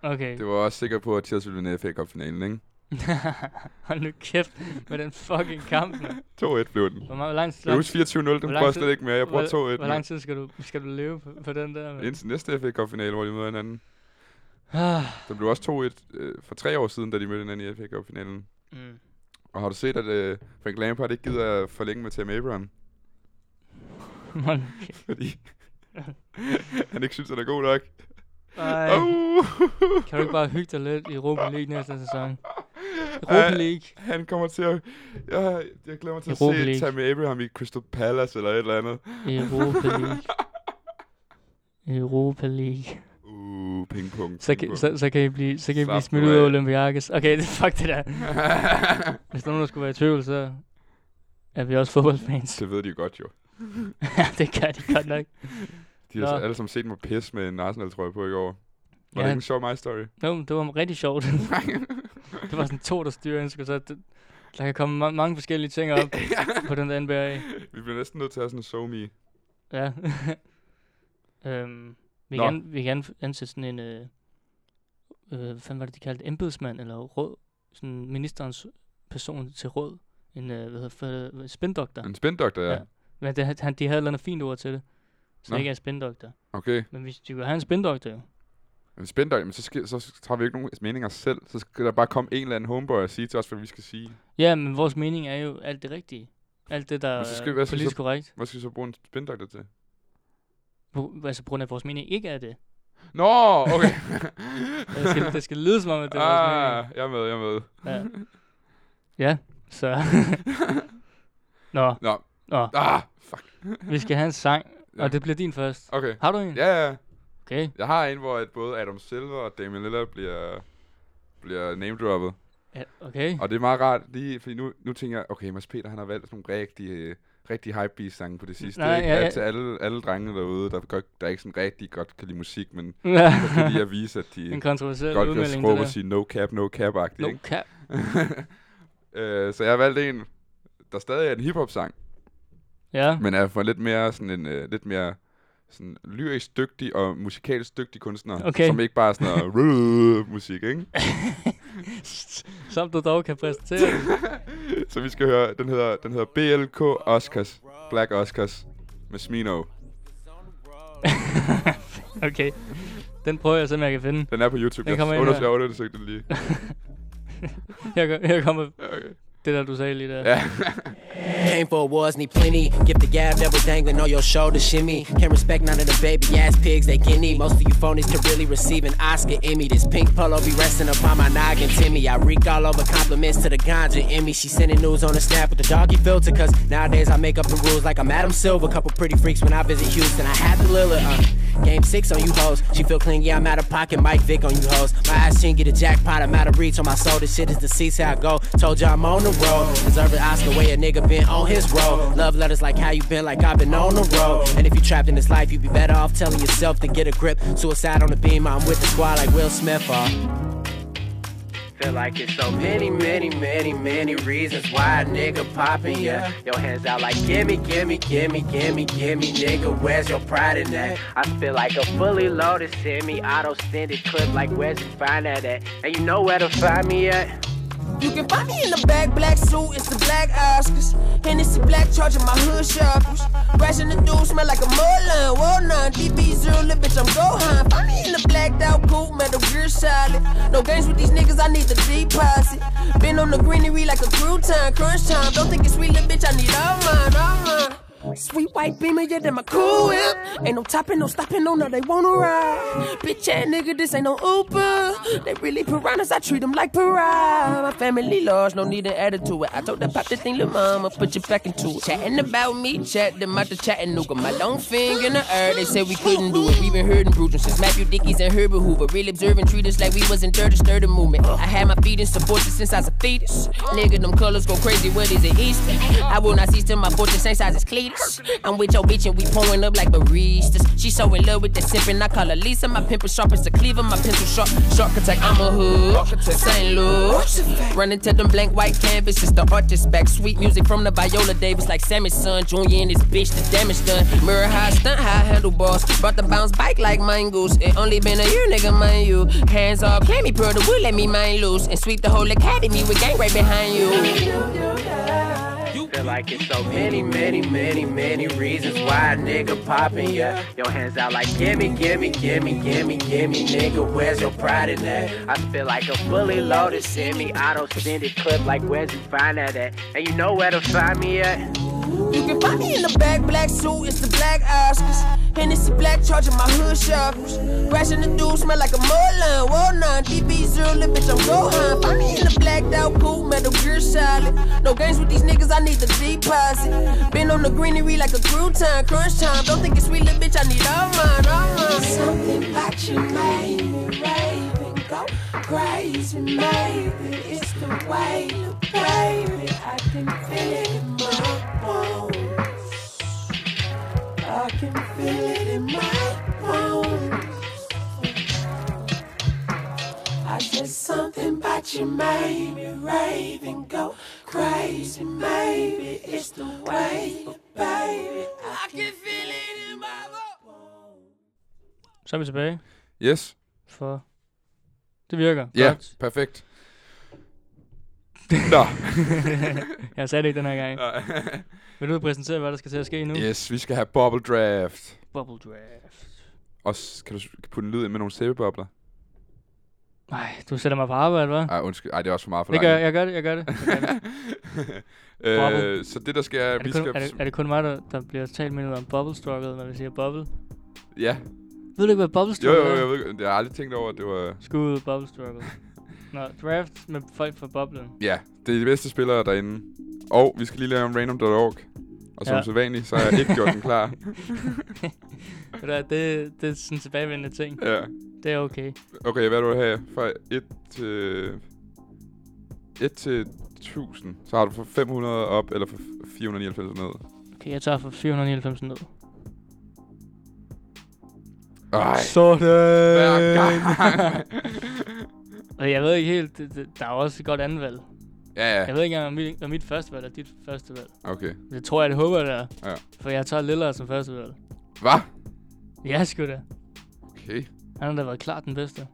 Okay. Det var jeg også sikker på, at Chelsea ville vinde FA Cup-finalen, ikke? Hold nu kæft med den fucking kamp, mand. 2-1 blev den. Hvor, meget, hvor, lang, Jeg husker 24-0, den lang bruger jeg tid- slet ikke mere. Jeg bruger hvor- 2-1. nu. hvor lang tid skal du, skal du leve på, på den der? mand? Indtil næste FA Cup-finale, hvor de møder hinanden. Ah, Der blev også 2-1 øh, for tre år siden, da de mødte hinanden i FA Cup-finalen. mm. Og har du set, at øh, Frank Lampard ikke gider forlænge med Tim Abraham? Hold nu kæft. Fordi han ikke synes, han er god nok. Ej, Oh! kan du ikke bare hygge dig lidt i Europa League næste sæson? Europa League. Han kommer til at... Jeg, jeg glæder mig til at Europa se League. Tammy Abraham i Crystal Palace eller et eller andet. Europa League. Europa League. Uh, pingpong. Så kan, så, så kan I blive, så kan I blive Slap smidt nu ud af af. Olympiakis. Okay, det fuck det der. Hvis der er nogen, der skulle være i tvivl, så er vi også fodboldfans. det ved de jo godt jo. ja, det gør de godt nok. De har så Nå. alle sammen set mig pisse med en Arsenal-trøje på i går. Var ja. det Ja, ikke en sjov my story? no, det var rigtig sjovt. det var sådan to, der styrer Instagram, så det, der kan komme ma- mange forskellige ting op på den der NBA. Vi bliver næsten nødt til at have sådan en show me. Ja. øhm, vi Nå. kan, an- vi kan anf- ansætte sådan en, øh, øh, hvad fanden var det, de kaldte, embedsmand eller råd, sådan ministerens person til råd, en, øh, hvad hedder for, øh, spindoktor. En spindoktor, ja. Ja. Men det, han, de havde et eller andet fint ord til det, så Nå. det ikke er en spindoktor. Okay. Men hvis de kunne have en spindoktor, jo. En spindoktor, men så, skal, så tager vi ikke nogen meninger selv. Så skal der bare komme en eller anden homeboy og sige til os, hvad vi skal sige. Ja, men vores mening er jo alt det rigtige. Alt det, der Men så skal vi er være så- politisk så- korrekt. Hvad skal vi så bruge en spindoktor til? På- Altså på grund af, at vores mening ikke er det. Nå, okay. Det skal, det skal lyde som om, at det er vores ah, mening. jeg er med, jeg er med. Ja. ja, så... Nå, Nå, nå, ah, fuck. vi skal have en sang, Ja. og det bliver din først. Okay. Har du en? Ja, ja. Okay. Jeg har en, hvor at både Adam Silver og Damian Lillard bliver, bliver name-droppet. Ja, okay. Og det er meget rart, lige, fordi nu, nu tænker jeg, okay, Mads Peter, han har valgt sådan nogle rigtig, øh, rigtig hypebeast-sange på det sidste. Nej, Nej, ikke? ja, Ja, ja. Til alle, alle drengene derude, der, godt, der ikke sådan rigtig godt kan lide musik, men Ja. så kan lige at vise, at de en kontroversiel godt kan udmelding, skråbe og det sige no cap, no cap-agtigt. der. No. No cap. øh, så jeg har valgt en, der stadig er en hiphop-sang, Ja, men er for en lidt mere sådan en, øh, lidt mere sådan lyrisk dygtig og musikalsk dygtig kunstner, Okay. som ikke bare er sådan noget musik, ikke? som du dog kan præsentere. Så vi skal høre, den hedder, den hedder BLK Oscars, Black Oscars, med Smino. okay. Den prøver jeg at se, om jeg kan finde. Den er på YouTube, Den kommer jeg ind undersøger her. undersøgte den lige. Her, kom- her kommer Okay. det der, du sagde lige der. Ja. Came for awards, need plenty. Give the gab that was dangling on your shoulder, shimmy. Can't respect none of the baby ass pigs they guinea. Most of you phonies could really receive an Oscar Emmy. This pink polo be resting upon my noggin, Timmy. I reek all over compliments to the ganja Emmy. She sending news on a snap with the doggy filter, cause nowadays I make up the rules like I'm Adam Silver. Couple pretty freaks when I visit Houston. I had the Lillard, uh. Game six on you hoes. She feel clean, yeah, I'm out of pocket. Mike Vick on you hoes. My eyes chin get a jackpot, I'm out of reach on my soul. This shit is deceased, how I go. Told y'all I'm on the road. Deserve an Oscar way a nigga been on his road. Love letters like how you been, like I've been on the road. And if you trapped in this life, you be better off telling yourself to get a grip. Suicide on the beam, I'm with the squad like Will Smith. Uh. Feel like it's so many, many, many, many reasons why a nigga poppin', yeah. Your hands out like gimme, gimme, gimme, gimme, gimme, nigga. Where's your pride in that? I feel like a fully loaded semi-auto extended clip, like where's you find that at? And you know where to find me at? You can find me in the back, black suit, it's the black Oscars. Hennessy black charging my hood shoppers. Crashing the dude, smell like a mullen. Well, none, DB zero, little bitch, I'm Gohan. Find me in the blacked out coupe, metal gear solid. No games with these niggas, I need the deposit. Been on the greenery like a crouton, crunch time. Don't think it's sweet, little bitch, I need all mine, all mine. Sweet white beamer, yeah, them my cool whip. Ain't no topping, no stopping, no, no, they wanna ride. Bitch ass nigga, this ain't no Uber. They really piranhas, I treat them like pariah. My family large, no need an attitude. I told them, pop this thing, little mama, put your back into it. Chatting about me, chat them out to Chattanooga. My long finger in the air, they said we couldn't do it. We been hurting brutal since Matthew Dickies and Herbert Hoover. Really observing, treat us like we wasn't dirty, stir the movement. I had my feet in support since I was a fetus. Nigga, them colors go crazy, what is it, Easter? I will not cease till my fortune, same size as Cletus. I'm with your bitch and we pouring up like baristas. She so in love with the sippin', I call her Lisa. My pimple sharp as a cleaver, my pencil sharp. Shark attack, I'm a hood. St. Louis. Running to them blank white canvas, it's the artist back. Sweet music from the Viola Davis, like Sammy's son. Junior and his bitch, the damage done. Mirror high, stunt high, handlebars. Brought the bounce bike like mine goose. It only been a year, nigga, mind you. Hands off, clammy, pearl the wood, let me mind loose. And sweep the whole academy with gang right behind you. You Feel like it's so many, many, many, many reasons why a nigga poppin', yeah. Your hands out like gimme, gimme, gimme, gimme, gimme, nigga. Where's your pride in that? I feel like a fully loaded semi auto it clip. Like where'd you find that at? And you know where to find me at? You can find me in the back, black suit, it's the black Oscars. Hennessy black charge in my hood shovels. Crashing the dude, smell like a Moline. Whoa, nine, DB zero, little bitch, I'm Gohan. Find me in the black out cool, metal gear solid. No games with these niggas, I need the deposit. Been on the greenery like a crouton, crunch time. Don't think it's sweet, little bitch, I need all mine, all mine. Something about you made me rave and go crazy, maybe it's the way you play it. I can feel it in my bones. I can feel it in my bones. I said something about you made me rave and go crazy. Maybe it's the way you play it. I can feel it in my bones. Så er vi tilbage Yes. for... Det virker. Ja, Godt. perfekt. Nå. Jeg sagde det ikke den her gang. Vil du præsentere, hvad der skal til at ske nu? yes, vi skal have bubble draft. Bubble draft. Og s- kan du s- putte en lyd ind med nogle sæbebobler? Nej, du sætter mig på arbejde, hva'? Ej, undskyld. Ej, det er også for meget for Det dig. gør jeg, jeg gør det, jeg gør det. Bubble. øh, så det der skal... Er det, vi kun, skal er, det, er det kun mig, der, der bliver talt med noget om bubble struggle, når vi siger bubble? Ja. Ved du ikke, hvad bubble Jo, struggle jo, jo, er? jeg ved ikke- Jeg har aldrig tænkt over, at det var... Skud, bubble struggle. Nå, draft med folk fra boblen. Ja, det er de bedste spillere derinde. Og vi skal lige lave om random.org. Og som Ja. ja. sædvanligt, så har jeg ikke gjort den klar. Ved du hvad, Det, det er sådan en tilbagevendende ting. Ja. Det er okay. Okay, hvad vil du have? Fra 1 til... 1 til 1000. Så har du fra 500 op, eller fra 499 ned. Okay, jeg tager for 499 ned. Ej, Sådan! hver gang. Og jeg ved ikke helt, det, det, der er også et godt andet valg. ja, Jeg ja. ved ikke engang, om mit, om mit første valg er dit første valg. Okay. Det tror jeg, det håber jeg, det er. Ja. For jeg tager Lillard som første valg. Hvad? Ja, sgu da. Okay. Han har da været klart den bedste.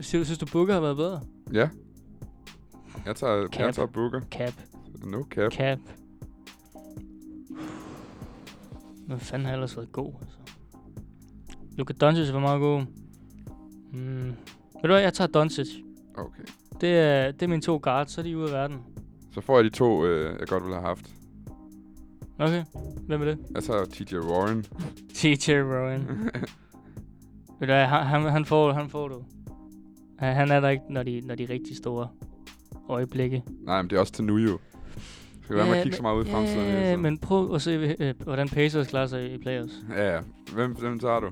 Sy- Synes du, Booker har været bedre? Ja. Jeg tager, Cap. jeg tager Booker. Cap. No cap. Cap. Men fanden har ellers været god, altså. Luka Doncic var meget god. Mm. Ved du hvad, jeg tager Doncic. Okay. Det er, det er mine to guards, så er de ude af verden. Så får jeg de to, øh, jeg godt ville have haft. Okay, hvem er det? Jeg tager TJ Warren. TJ Rowan. Ved du hvad, han, han, han får, han får du. Han han er der ikke, når de, når de rigtig store øjeblikke. Nej, men det er også til nu jo. Skal være med at kigge så meget ud i fremtiden. altså? hele Ja, tiden? Øh, men prøv at se, øh, hvordan Pacers klarer sig i playoffs. Ja, ja. Hvem, hvem tager du?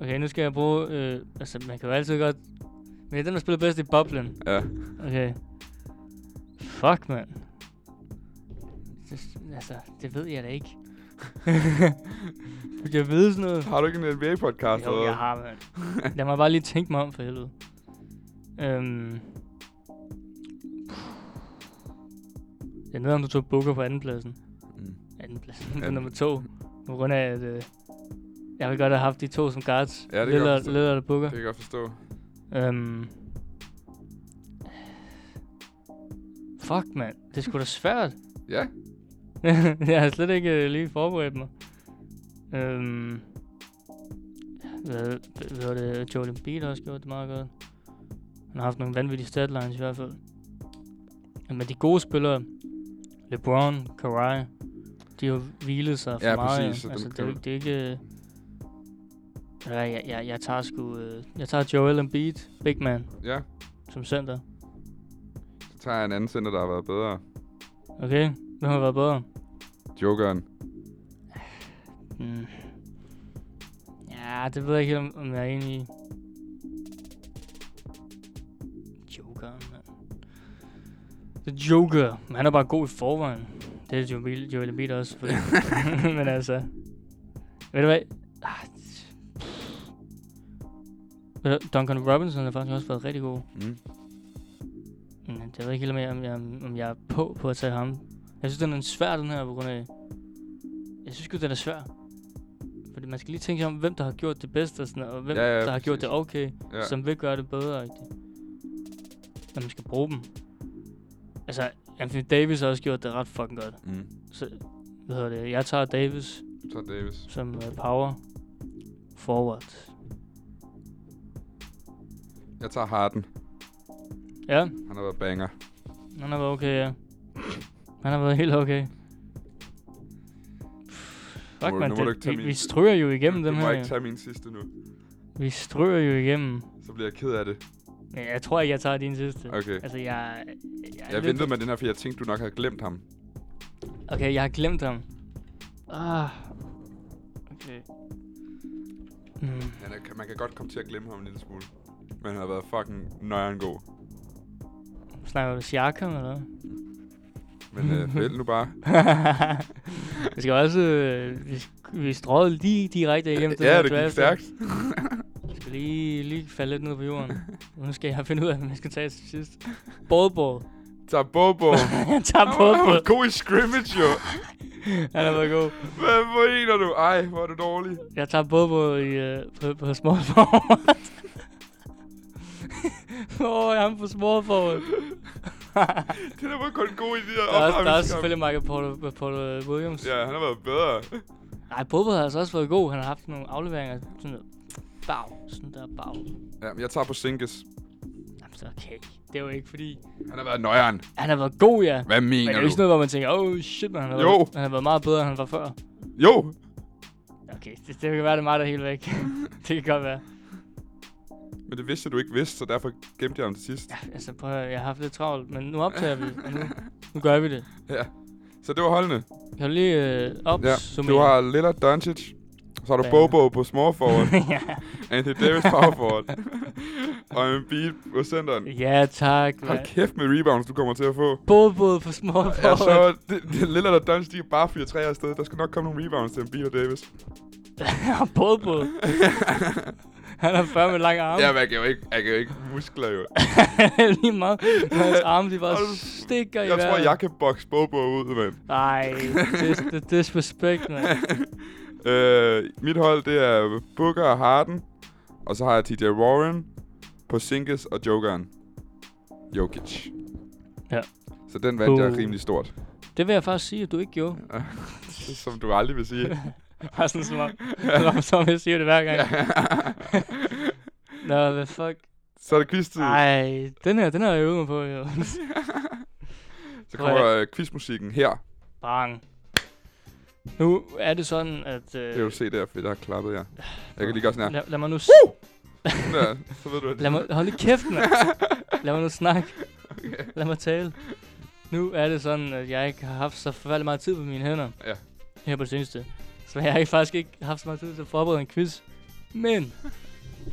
Okay, nu skal jeg bruge... Øh, altså, man kan jo altid godt... Men det er den, der spiller bedst i boblen. Ja. Okay. Fuck, mand. Det- Altså, det ved jeg da ikke. du kan vide sådan noget. Har du ikke en NBA-podcast? eller Jo, hvad? jeg har, mand. Lad mig bare lige tænke mig om for helvede. Øhm. Jeg er nede, om du tog Booker på andenpladsen. Mm. Andenpladsen på Anden. nummer to. På grund af, at øh, jeg vil godt have haft de to som guards. Ja, det kan jeg Lillard, forstå. Lillard og Booker. Det kan jeg godt forstå. Øhm. Fuck, mand. Det er sgu da svært. Ja, jeg har slet ikke øh, lige forberedt mig. Øhm. Hvad, hvad var det? Joel Embiid har også gjort det meget godt. Han har haft nogle vanvittige statlines i hvert fald. Men de gode spillere, LeBron, Kawhi, de har jo hvilet sig for Ja, meget. jo. præcis, så dem altså, det, er kan jo du- ikke- det er ikke... øh, Ja, jeg, jeg, jeg tager sgu... øh, Jeg tager Joel Embiid, big man, ja. som center. Så tager jeg en anden center, der har været bedre. Okay? Hvem har været bedre? Jokeren. Mm. Ja, det ved jeg ikke helt, om jeg er enig i. Joker, mand. The Joker. Men han er bare god i forvejen. Det er Joel, Joel Embiid også, selvfølgelig. Men altså... Ved du hvad? Ah, t- Ved du, Duncan Robinson har faktisk også været rigtig god. Mm. Men jeg ved ikke helt, om jeg, om jeg, om jeg er på på at tage ham. Jeg synes, den er svær, den her, på grund af... Jeg synes sgu, den er svær. Fordi man skal lige tænke sig om, hvem der har gjort det bedste, og, sådan, og hvem Ja, ja, der har gjort det præcis. okay, Ja. som vil gøre det bedre. Ikke? Men man skal bruge dem. Altså, Anthony Davis har også gjort det ret fucking godt. Mm. Så, hvad hedder det? Jeg tager Davis Så Davis. som øh, power forward. Jeg tager Harden. Ja, Han har været banger. han har været okay, ja. Han har været helt okay. Fuck, må- man, nu må du ikke det, tage vi, min- vi stryger jo igennem du dem må her. ikke jo. tage min sidste nu. Vi stryger jo igennem. Så bliver jeg ked af det. Men jeg tror ikke, jeg tager din sidste. Okay. Altså, jeg... Jeg, Jeg ventede med den her, for jeg tænkte, du nok havde glemt ham. Okay, jeg har glemt ham. Ah. Okay. Mm. Han er, man kan godt komme til at glemme ham en lille smule. Men han har været fucking nøjeren god. Snakker du Siakam, eller hvad? Men øh, vælg nu bare. Vi skal også... Øh, vi, vi strøgede lige direkte igennem ja, her det gik draft. stærkt. Jeg skal lige, lige falde lidt ned på jorden. Nu skal jeg finde ud af, hvad jeg skal tage til sidst. Bobo. Tag Bobo. Jeg tager Han var Bobo. god i scrimmage, jo. Han har været god. Hvad mener du? Ej, hvor er du dårlig. Jeg tager Bobo i, øh, på, på small forward. Åh, oh, ham på small forward. Det der var kun god i de her Der er, også, der er opvarmningskampe. også selvfølgelig Michael Porter, Porter Williams. Ja, han har været bedre. Nej, Bobo har altså også været god. Han har haft nogle afleveringer. Sådan der bag. Sådan der bag. Ja, men jeg tager på Sinkes. Jamen, så okay. Det er jo ikke fordi... Han har været nøjeren. Han har været god, ja. Hvad Men mener det er jo du? ikke sådan noget, hvor man tænker, oh shit, man, han har, Jo. været, han har været meget bedre, end han var før. Jo. Okay, det, det kan være, det er mig, der er helt væk. det kan godt være. Men det vidste jeg, du ikke vidste, så derfor gemte jeg ham til sidst. Ja, altså, prøv at, høre, jeg har haft lidt travlt, men nu optager vi, og nu, nu gør vi det. Ja. Så det var holdene. Kan du lige øh, Ja. opsummere? Du har Lillard Doncic. Så har du Ja. Bobo på small forward. ja. Anthony Davis power forward. og en beat på centeren. ja, tak. Hold mand. kæft med rebounds, du kommer til at få. Både på små forward. Jeg så, det, det, Lillard og Dunge, de kan bare fyre træer afsted. Der skal nok komme nogle rebounds til en Beal og Davis. Ja, både på. Han har før med lange arme. Ja, men jeg kan jo ikke, jeg kan jo ikke muskler jo. lige meget. Hans arme, de bare Hold da- stikker i Jeg tror, vejret. jeg kan bokse Bobo ud, mand. Ej, dis, dis- disrespect, mand. øh, mit hold, det er Booker og Harden. Og så har jeg TJ Warren, Porzingis og Jokeren. Jokic. Ja. Så den vandt jeg Uh. rimelig stort. Det vil jeg faktisk sige, at du ikke gjorde. Som du aldrig vil sige. Bare sådan som om, som om- som om jeg siger det hver gang. Nå, hvad fuck. så er det quiz Ej, den her, den har jeg øvet mig på, jo. Så kommer øh, quizmusikken her. Bang. Nu er det sådan, at... Det kan Øh, du se der, fordi der har klappet jer. Jeg kan lige gøre sådan her. lad, lad mig nu... S- Uh! Sådan der. Så ved du, at lad mig, hold lige kæft, mand. Lad mig nu snakke. Lad mig tale. Nu er det sådan, at jeg ikke har haft så forfærdelig meget tid på mine hænder. Ja. Her på det seneste. Så jeg har ikke- faktisk ikke haft så meget tid til at forberede en quiz. Men...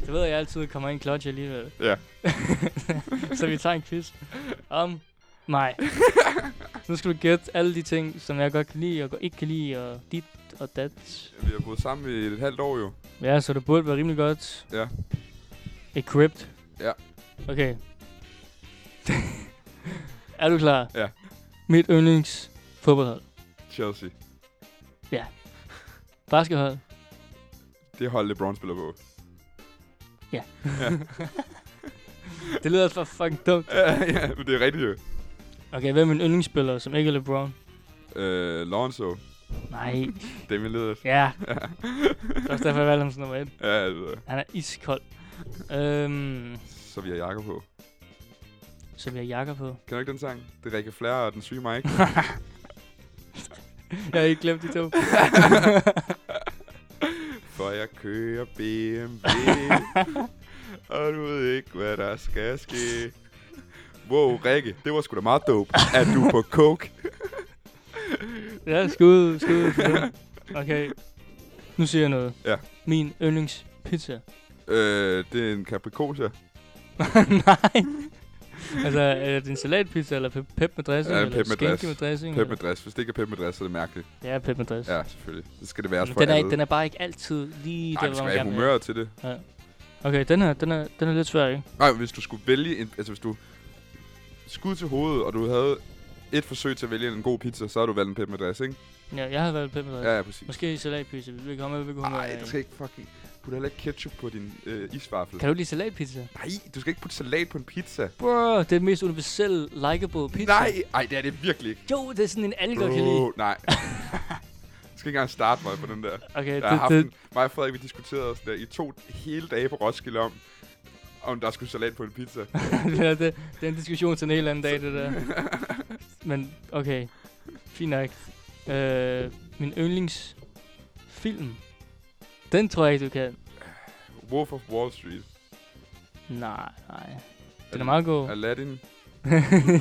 Det ved jeg, jeg altid kommer ind clutch alligevel. Ja. så vi tager en quiz om mig. nu skal du gætte alle de ting, som jeg godt kan lide og ikke kan lide, og dit og dat. vi har boet sammen i et halvt år jo. Ja, så det burde være rimelig godt. Ja. Equipped. Ja. Okay. er du klar? Ja. Mit yndlings fodboldhold. Chelsea. Baskethold. Det hold LeBron spiller på. Det lyder for fucking dumt. ja, men det er rigtigt jo. Okay, hvem er min yndlingsspiller, som ikke er LeBron? Øh, Lonzo. Nej. Damien Lillard. Ja. Det er også derfor, jeg valgte ham som nummer et. Ja, altså. Han er iskold. Øhm, Så vi har jakker på. så vi har jakker på. Kan du ikke den sang? Det er Rikke Flair og den syge Mike. Jeg har ikke glemt de to. For jeg kører BMW. og du ved ikke, hvad der skal ske. Wow, Rikke, det var sgu da meget dope, at du er på coke. Ja, skud, skud. for det. Okay. Nu siger jeg noget. Ja. Min yndlingspizza. Øh, det er en capricosa. Nej. altså, er det en salatpizza, eller pe- pep med dressing, Ja, eller pep med skinke dress. med dressing? Pep med dress. Hvis det ikke er pep med dress, så er det mærkeligt. dressing. Ja, pep med dress. Ja, selvfølgelig. Det skal det være Men for den, er alle. ikke, den er bare ikke altid lige Ej, der, vi hvor skal man have gerne vil. humøret til det. Okay, den her, den er, den er lidt svær, ikke? Nej, hvis du skulle vælge en... Altså, hvis du... Skud til hovedet, og du havde et forsøg til at vælge en god pizza, så har du valgt en pep med dress, ikke? Ja, jeg har valgt pep med dress. Ja, ja, præcis. Måske salatpizza, vi vil komme med, hvilken humør Nej, jeg er du i. skal ikke fucking... putter heller ikke ketchup på din øh, isvaffel. Kan du lide salatpizza? Nej, du skal ikke putte salat på en pizza. Bro, det er den mest universelle, likable pizza. Nej, ej, det er det virkelig ikke. Jo, det er sådan en, alle godt kan lide. Åh, nej. Jeg skal ikke engang starte mig på den der. Okay, Jeg har det, haft det, en, mig og Frederik, vi diskuterede os der i to hele dage på Roskilde om, om der skulle salat på en pizza. det, er- det, det er en diskussion til en helt anden dag, det der. Men okay, fint nok. Øh, min yndlingsfilm, den tror jeg ikke, du kan. Wolf of Wall Street. Nej, nej. Den er meget god. Aladdin.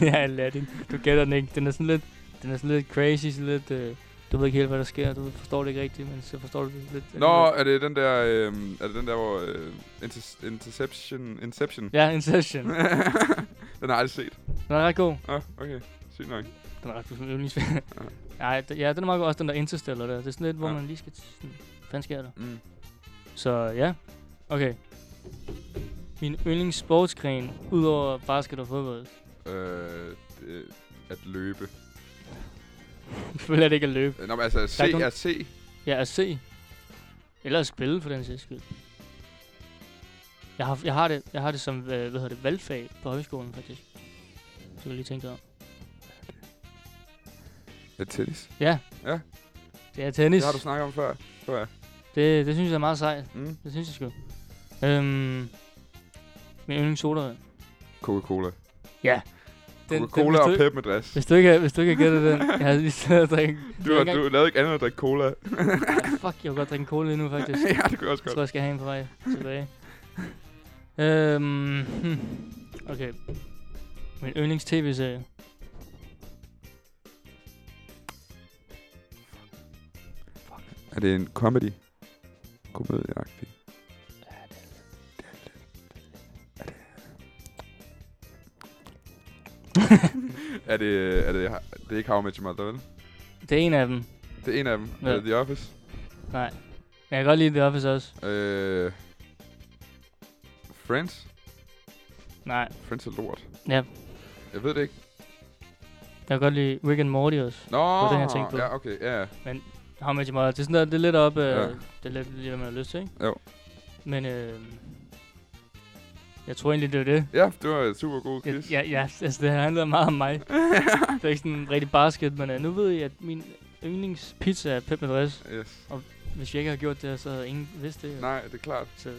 ja, Aladdin. Du gætter den ikke. Den er sådan lidt, den er sådan lidt crazy, sådan lidt... Øh, du ved ikke helt, hvad der sker. Du forstår det ikke rigtigt, men så forstår du det lidt. Nå, er det den der, øh, er det den der, hvor øh, inter- Interception, Inception? Ja, Inception. den har jeg aldrig set. Den er ret god. Ah, okay. Sygt nok. Den er ret god som yndlingsfilm. Nej, d- ja, den er meget god. Også den der Interstellar der. Det er sådan lidt, hvor Ja. man lige skal... t- Sådan, hvad fanden sker der? Mm. Så ja, okay. Min yndlingssportsgren, udover basket og fodbold. Øh, det- at løbe. Jeg føler, at det ikke er løbe. Øh, Nå, men altså, at se, Der er ikke nogen- at se. Ja, at se. Eller at spille, for den sags skyld. Jeg har, jeg har, det, jeg har det som, øh, hvad hedder det, valgfag på højskolen, faktisk. Så kan jeg lige tænke dig om. At tennis. Ja. Ja. Det er tennis. Det har du snakket om før, tror jeg. det, det synes jeg er meget sejt. Mm. Det synes jeg sgu. Øhm, min yndlings sodavand. Coca-Cola. Ja. Coca-Cola hvis og du, ikke- pep med dress. Hvis du ikke, hvis du ikke har gættet den, jeg har lige siddet og drikket. Du, har, du lavede ikke andet end at drikke cola. Fuck, jeg vil godt drikke en cola lige nu, faktisk. ja, det kunne jeg også Jeg godt. tror, jeg skal have en på vej tilbage. øhm, hmm. okay. Min yndlings tv-serie. Er det en comedy? Komedieagtig. er det, er det, det er ikke How I Met Your Mother, vel? Det er en af dem. Det er en af dem. Ja. Ja. Er det The Office? Nej. Men jeg kan godt lide The Office også. Øh, Friends? Nej. Friends er lort. Ja. Jeg ved det ikke. Jeg kan godt lide Rick and Morty også. Nå, den, jeg tænkte på. ja, okay, ja. ja. How much mother. Det er sådan der, det er lidt op. Øh, Ja. ja. Det er lidt, lige, hvad man har lyst til, ikke? Jo. Men øh, jeg tror egentlig, det var det. Ja, det var et super god Jeg, quiz. ja, ja, altså det handler meget om mig. det er ikke sådan rigtig basket, men øh, nu ved jeg, at min yndlingspizza er pep med dress. Yes. Hvis jeg ikke havde gjort det, så havde ingen vidst det. Nej, det er klart. Så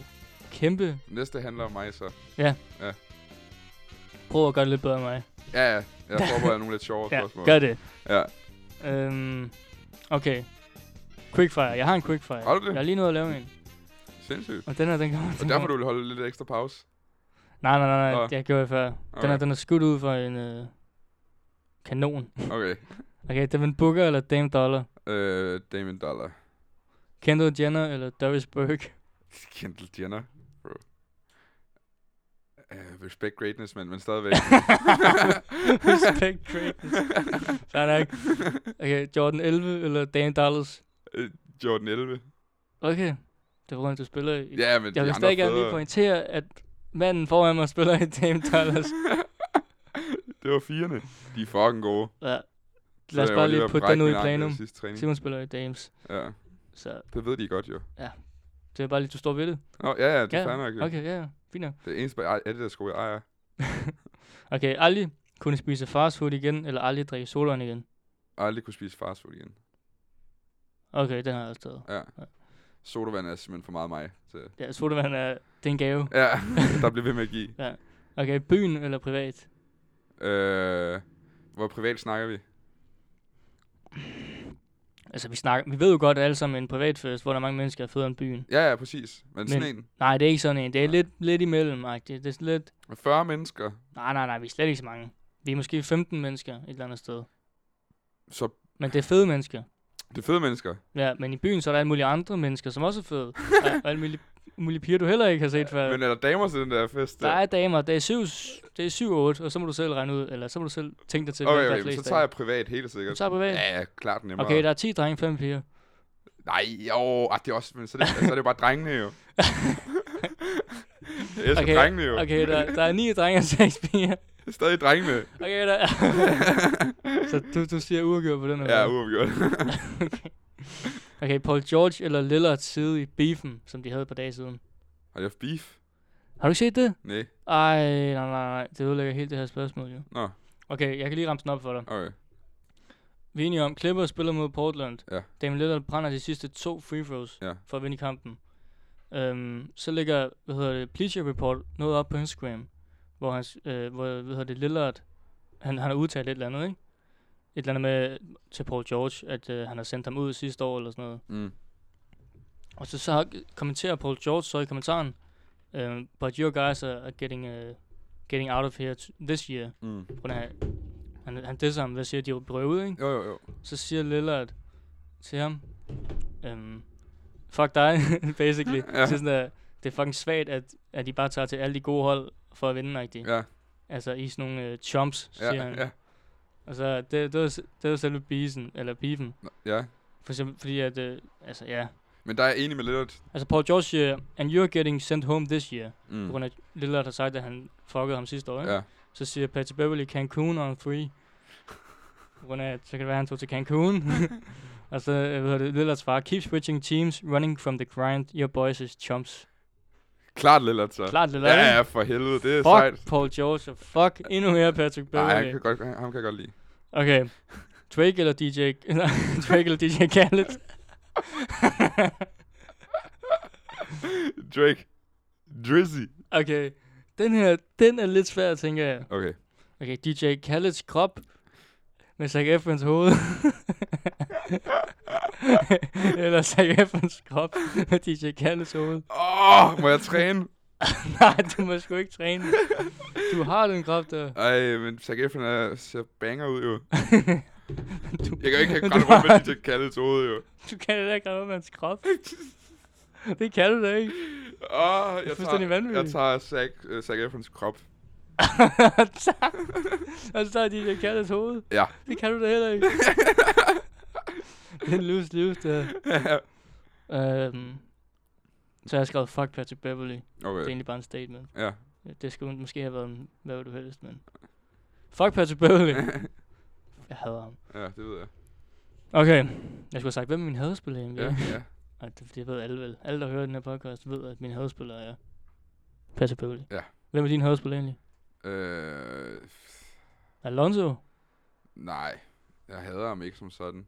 kæmpe. Næste handler om mig, så. Prøv at gøre det lidt bedre end mig. Ja, ja. Jeg forbereder nogle lidt sjovere spørgsmål. Ja, gør det. Ja. Øhm, okay. Quickfire. Jeg har en quickfire. Har du det? Jeg har lige nået at lave en. Sindssygt. Og den her, den kommer Og derfor du vil holde lidt ekstra pause. Nej, nej, nej, nej. Nå. Det har gjort jeg før. Den her, Alright. den er skudt ud fra en øh, kanon. Okay. Okay, Devin Booker eller Dame Dollar? Øh, Damon Dollar. Kendall Jenner eller Doris Burke? Kendall Jenner. Bro. Uh, respect greatness, men, men stadigvæk. Respect greatness. Fair nok. Okay, Jordan 11 eller Dame Dollars? Øh, Jordan 11. Okay, det var rundt, du spiller i. Ja, men jeg de vil andre stadig gerne lige fædre- pointere, at manden foran mig spiller i Dame Dollars. Det var firene. De er fucking gode. Ja. Så Lad os jeg var bare ved lige at putte brække den ud i min arm ved planum. sidste træning. Simon spiller i Dames, Ja, så det ved de godt jo. det er bare lige, du står ved det. Nå, ja, ja, det er Ja, fair nok jo. Okay, ja, ja, fint nok. Det er eneste, jeg er det der sko, jeg ejer. Okay, aldrig kunne spise fast food igen, eller aldrig drikke solvand igen. Aldrig kunne spise fast food igen. Okay, den har jeg også taget. Ja. Ja. Sodavand er simpelthen for meget mig. Så. Ja, solvand er, det er en gave. Ja, der bliver ved med at give. Okay, byen eller privat? Øh, hvor privat snakker vi? Altså, vi snakker, vi ved jo godt alle sammen, en privatfest, hvor der er mange mennesker, er federe end byen. Ja, ja, præcis. Men, Men sådan en. Nej, det er ikke sådan en. Det er Nej. lidt, lidt imellem, -agtigt. Det er sådan lidt... 40 mennesker, Nej, nej, nej, vi er slet ikke så mange. Vi er måske 15 mennesker et eller andet sted. så Men det er fede mennesker. det er fede mennesker. Ja, men i byen, så er der alle mulige andre mennesker, som også er fede. og, og alle mulige, mulige piger, du heller ikke har set før. Men øh, er der damer til den der fest? Der er damer, det er 7, det er 7 8, og så må du selv regne ud, eller så må du selv tænke dig til, hvem okay, der okay, men er flest så tager af. jeg privat helt Du sikkert. tager privat. Ja, ja, klart nemmere. Okay, der er 10 drenge, 5 piger. Nej, jo, ah, det er også, men så er det, så er det jo bare drengene jo. jeg elsker Okay, drengene jo. Okay, der, der er 9 drenge og 6 piger. Det er stadig drengene. Okay, der Så du, du siger uafgjort på den her. Ja, måde. uafgjort. Okay, Paul George eller Lillards side i beefen, som de havde på dage siden. Har de haft beef? Har du ikke set det? Nej. Ej, nej, nej, nej. Det ødelægger helt det her spørgsmål, jo. Nå, Okay, jeg kan lige ramse den op for dig. okay. Vi er enige om, Clippers spiller mod Portland. Ja. Damian Lillard brænder de sidste to free throws Ja. for at vinde kampen. Um, så lægger, hvad hedder det, Bleacher Report noget op på Instagram, hvor, han, s- øh, hvor hvad hedder det, Lillard, han, han har udtalt et eller andet, ikke? Et eller andet med til Paul George, at øh, han har sendt ham ud sidste år eller sådan noget. Mm. Og så, så har- kommenterer Paul George så i kommentaren, um, but your guys are are getting, uh, getting out of here t- this year. Mm. Hvordan han, han, han disser ham, hvad siger de, de røg ud, ikke? Jo, jo, jo. Så siger Lillard til ham, øhm, fuck dig, basically. Ja. Ja. Så sådan, at det er fucking svagt, at, at de bare tager til alle de gode hold for at vinde, rigtigt. Ja. Ja, Altså i sådan nogle øh, chumps, ja, siger ja, han. ja. Ja. Og så, det, det, var, s- det var selve beefen, eller beefen. Nå, ja. For eksempel, fordi at, øh, altså ja. Men der er jeg enig med Lillard. Altså Paul George siger, and you're getting sent home this year. Mm. Mm. På grund af, Lillard har sagt, at han fuckede ham sidste år, ikke? Ja. Så siger Patrick Beverly Cancun on three. På grund af, at så kan det være, at han tog til Cancun. og så øh, hvad hedder det Lillards far. Keep switching teams, running from the grind. Your boys is chumps. Klart Lillard, så. Klart Lillard. Ja, ikke? ja, for helvede. Det er Fuck sejt. Paul George, og fuck endnu mere Patrick Nej, han Beverly. kan godt, ham kan jeg godt lide. Okay. Drake eller DJ... nej, Drake eller DJ Khaled? Drake. Drizzy. Okay. Den her, den er lidt svær, tænker jeg. Okay. Okay, DJ Khaleds krop med Zac Efrons hoved. Eller Zac Efrons krop med DJ Khaleds hoved. Åh, oh, må jeg træne? Nej, du må sgu ikke træne. Du har den krop der. Ej, men Zac Efron er, ser banger ud, jo. Du, Jeg kan jo ikke have du grædt har- rundt med DJ Khaleds hoved, jo. Du kan da ikke have med hans krop. Det kan du da ikke. Åh, jeg, fuldstændig tager, jeg vanvittigt. tager Zac, uh, Zac Efrons krop. Og så tager DJ Khaleds hoved. Ja. Det kan du da heller ikke. det er en løs livs, der. Øhm, så har jeg skrevet, fuck Patrick Beverly. Det er Okay, egentlig bare en statement. ja. Ja, Det skulle måske have været, en- hvad vil du helst, men... Fuck Patrick Beverly. jeg hader ham. Ja, det ved jeg. Okay, jeg skulle have sagt, hvem er min hadespiller i NBA? Ja, Ja. ja. Ej, det, det ved alle vel. Alle, der hører den her podcast, ved, at min hadespiller er Patrick Beverly. Ja. Hvem er din hadespiller egentlig? Øh, Alonso? nej, jeg hader ham ikke som sådan.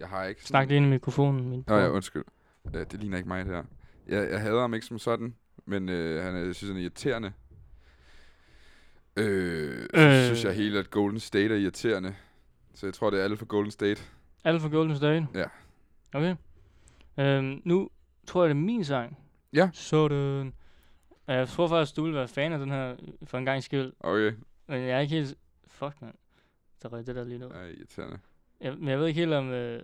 Jeg har ikke... Snak sådan- lige ind i mikrofonen, min Nå, bror. ja, undskyld. Øh, det ligner ikke mig, det her. Jeg, jeg hader ham ikke som sådan, men øh, han, er- jeg synes, han er irriterende. Øh, øh. Øh. synes jeg hele, at Golden State er irriterende. Så jeg tror, det er alle for Golden State. Alle for Golden State? Ja. Okay. Øhm, nu tror jeg, det er min sang. Ja. Sådan. Og jeg tror faktisk, du vil være fan af den her øh, for en gang skyld. Okay. Men jeg er ikke helt... Fuck, mand. Der røg det der lige nu. Ej, irriterende. Jeg, men jeg ved ikke helt om... Øh,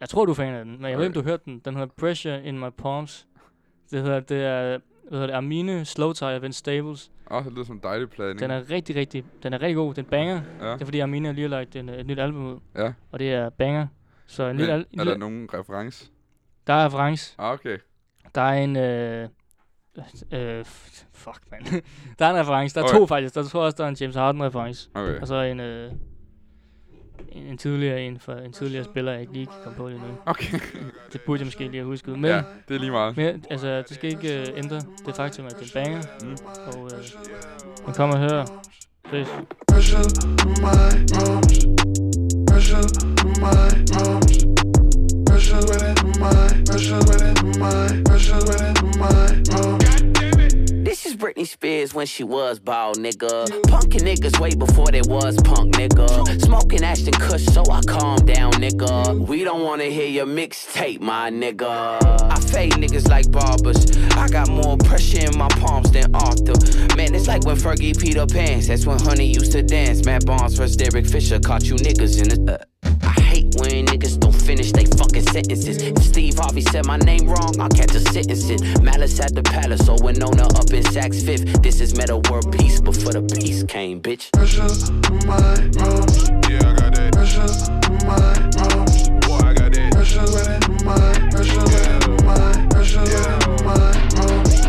jeg tror, du er fan af den, men jeg ved ikke, om du hørte den. Den hedder Pressure in My Palms. Det hedder, det er, hvad hedder det, Armine Slow Tie af Vince Staples. Åh, oh, det lyder som en dejlig plade. Den er rigtig, rigtig, den er rigtig god. Den banger. Ja. Det er fordi, Armine lige har lagt en, øh, et nyt album ud, ja. og det er banger. Så en Men, lille, al- er der lille, nogen reference? der er reference. Ah, okay. Der er en... Øh, øh, f- fuck, mand. der er en reference. Der er Okay. to faktisk. Der tror jeg også, der er en James Harden-reference. Okay. Og så en, øh, en, en tidligere en for en tidligere spiller, jeg ikke lige kan komme på lige nu. Okay. Det burde jeg måske lige have husket. Men, ja, ja. det er lige meget. men altså, det skal ikke øh, ændre det faktum, at det er en banger. Mm. Og øh, man kommer og hører. Ses. Pressure in my arms. Pressure in my arms. Pressure with it in my. Pressure with it in my. Pressure with it in my arms. This is Britney Spears when she was bald, nigga. Punkin' niggas way before they was punk, nigga. Smoking Ashton Kush, so I calm down, nigga. We don't wanna hear your mixtape, my nigga. I fade niggas like barbers. I got more pressure in my palms than Arthur. Man, it's like when Fergie Peter Pans. That's when Honey used to dance. Matt Barnes versus Derek Fisher caught you niggas in the. Uh, I hate when niggas don't finish they fucking sentences. If Steve Harvey said my name wrong, I'll catch a sentencing. Malice at the palace, or Winona up in Saks Fifth. This is meta world peace before the peace came, bitch. Pressure in my arms. Yeah, I got that. Pressure in my arms. Boy, I got that. Pressure with it in my. Pressure with it in my. Pressure with it in my arms.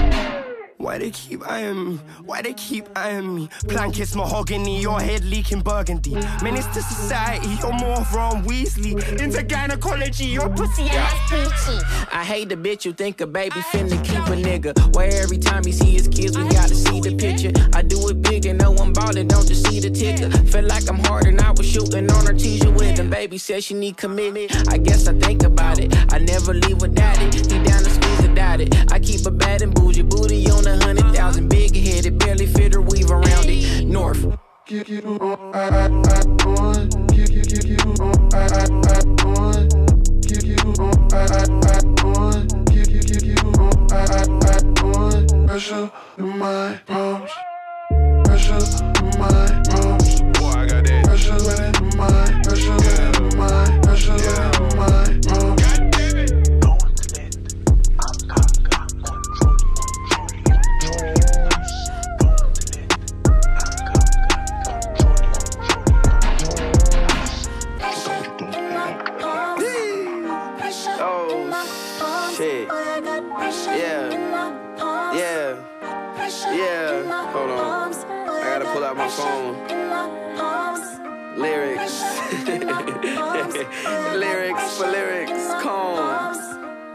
Why they keep eyeing me? Why they keep eyeing me? Blankets, mahogany, your head leaking burgundy. Menace to society, you're more from Weasley. Into gynecology, your pussy ass peachy. I hate the bitch you think a baby finna keep a nigga. Where every time he see his kids, we gotta see the picture. I do it big and no I'm ballin', don't just see the ticker. Feel like I'm hard and I was shooting on Artesia with him. Baby said she need commitment. I guess I think about it. I never leave without it. Deep down the squeeze without it. I keep a bad and bougie booty on a hundred thousand. Big headed, barely fit or weave around it. North. Get you on, I, I, I, on. Get, get, get you on, I, I, I, on. Get you on, I, I, I, on. Get, get, get you on, I, I, I, on. Pressure in my palms. Pressure in my palms. Boy, I got that. Pressure when it in my, pressure when it in my, pressure when it in my palms. God damn it. Oh shit. Yeah. Yeah. Yeah. Hold on. I gotta pull out my phone. Lyrics. lyrics for lyrics. Calm.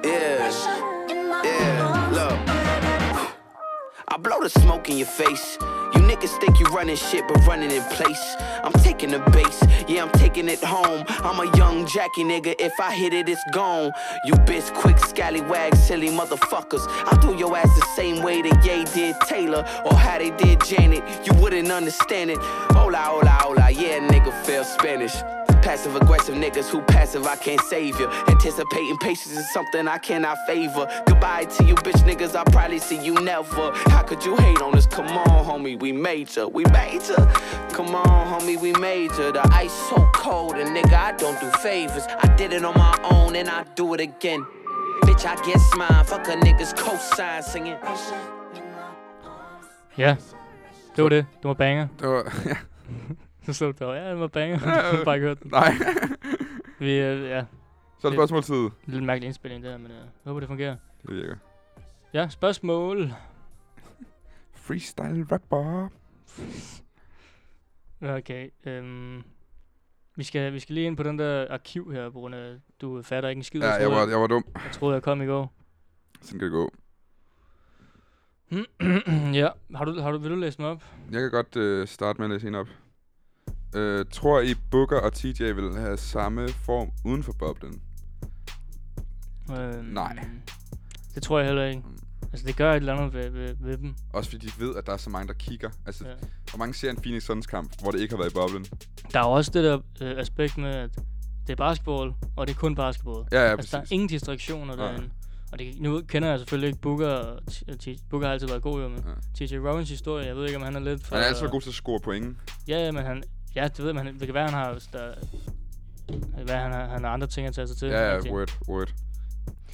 Yeah. Yeah. Look. I blow the smoke in your face. You niggas think you running shit, but running in place. I'm taking the base, yeah, I'm taking it home. I'm a young Jackie nigga, if I hit it, it's gone. You bitch, quick scallywag, silly motherfuckers. I threw your ass the same way that Ye did Taylor, or how they did Janet. You wouldn't understand it. Hola, hola, hola, yeah, nigga, feel Spanish. Passive aggressive niggas who passive, I can't save you. Anticipating patience is something I cannot favor. Goodbye to you, bitch niggas, I'll probably see you never. How could you hate on us? Come on, homie, we major, we major. Come on, homie, we major. The ice so cold, and nigga, I don't do favors. I did it on my own, and I do it again. Bitch, I guess mine. Fuck a nigga's cosign singing. Ja, det var det. Det var banger. Det var, ja. Så stod der, ja, det var banger. Du har bare ikke hørt den. Nej. Vi, øh, ja, Så er det spørgsmåltid. lidt mærkelig indspilling der, men øh, jeg håber, det fungerer. Det virker. Ja, spørgsmål. Freestyle rapper. Okay, øhm, vi, skal, vi skal lige ind på den der arkiv her, på grund af, du fatter ikke en skid. Ja, jeg var, jeg var dum. jeg troede, jeg kom i går. Sådan kan det gå. ja, har du, har du, vil du læse mig op? Jeg kan godt øh, starte med at læse en op. Øh, tror I, Booker og TJ vil have samme form uden for boblen? Øhm, Nej. Mm. Det tror jeg heller ikke. Altså, det gør et eller andet ved, ved, ved dem. Også fordi de ved, at der er så mange, der kigger. Altså, Ja. ja. hvor mange ser en Phoenix Suns kamp, hvor det ikke har været i boblen? Der er jo også det der øh, aspekt med, at det er basketball, og det er kun basketball. Ja, ja, altså, der er præcis. ingen distraktioner Nej. derinde. Og det, nu kender jeg selvfølgelig ikke Booker, og T- T- Booker har altid været god jo, men T.J. Robbins historie, jeg ved ikke, om han er lidt for... Han er altid god til at score point. Ja, ja, men han... Ja, det ved man. Det kan være, han har... hvis Der, det kan være, han har, han har andre ting at tage sig til. Ja, ja, rigtig. word, word.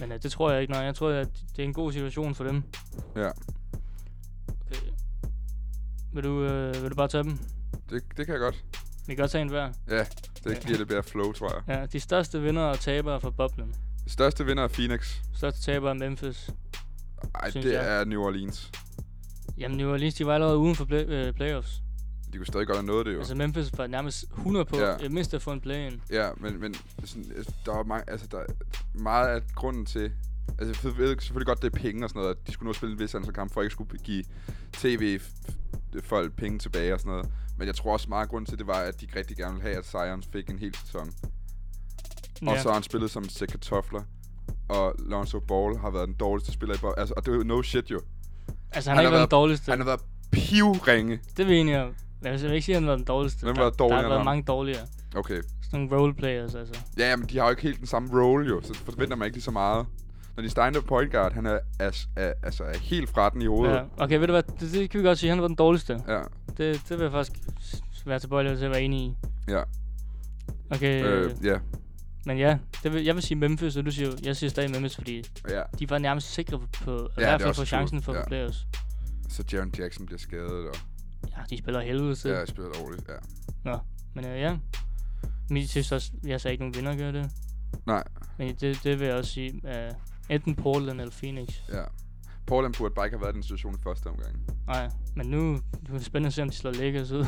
Men uh, det tror jeg ikke. Nej, jeg tror, at det er en god situation for dem. Ja, Okay. Vil du, øh, vil du bare tage dem? det, det kan jeg godt. Vi kan godt tage en hver. Ja, det giver lidt bedre flow, tror jeg. Ja, de største vinder og tabere fra boblen. Største vinder er Phoenix. Største taber er Memphis. Ej, Synes det jeg. er New Orleans. Jamen, New Orleans, de var allerede uden for play- øh, playoffs. De kunne stadig godt have nået det, jo. Altså, Memphis var nærmest 100 på, Ja. ja. mindst at få en play-in. Ja, men, men sådan, øh, der er mange, altså, der er meget af grunden til... Altså, jeg ved selvfølgelig godt, det er penge og sådan noget, at de skulle nå at spille en vis antal kampe, for at ikke skulle give tv-folk penge tilbage og sådan noget. Men jeg tror også meget, af grunden til det var, at de ikke rigtig gerne ville have, at Zion fik en hel sæson. Ja. Og så har han spillet som Zach Kartofler, og Lonzo Ball har været den dårligste spiller i bold. Altså, og det er jo no shit jo. altså, han, han har ikke været den dårligste. Han har været pivringe. Det er vi enige om. Men Jeg vil ikke sige, at han var den dårligste. Hvem Der- var dårligere Der har end været ham? mange dårligere. Okay. Sådan nogle roleplayers, altså. Ja, ja, men de har jo ikke helt den samme role jo, så forventer man ikke lige så meget. Når de stegner point guard, han er, as, er, altså er helt fra den i hovedet. Ja. Okay, ved du hvad? Det, det kan vi godt sige. Han var den dårligste. Ja, Det, det vil jeg faktisk s- være tilbøjelig til at være enig i. ja, Okay, øh, øh. ja, men ja. Det vil, jeg vil sige Memphis, og du siger, jeg siger stadig Memphis, fordi ja. de var nærmest sikre på, på i det er hvert fald også på true, chancen for ja. ja. playoffs. Så Jaron Jackson bliver skadet, og Ja, de spiller af helvede til. ja, Ja. jeg spiller dårligt, ja. Nå, men øh, ja. Min synes også, jeg sagde ikke nogen vinder gør det. Nej, Men det, det vil jeg også sige, øh, enten Portland eller Phoenix. ja. Paul han burde bare ikke have været i den situation i første omgang. Nej, men nu, nu er det spændende at se, om de slår Lakers ud.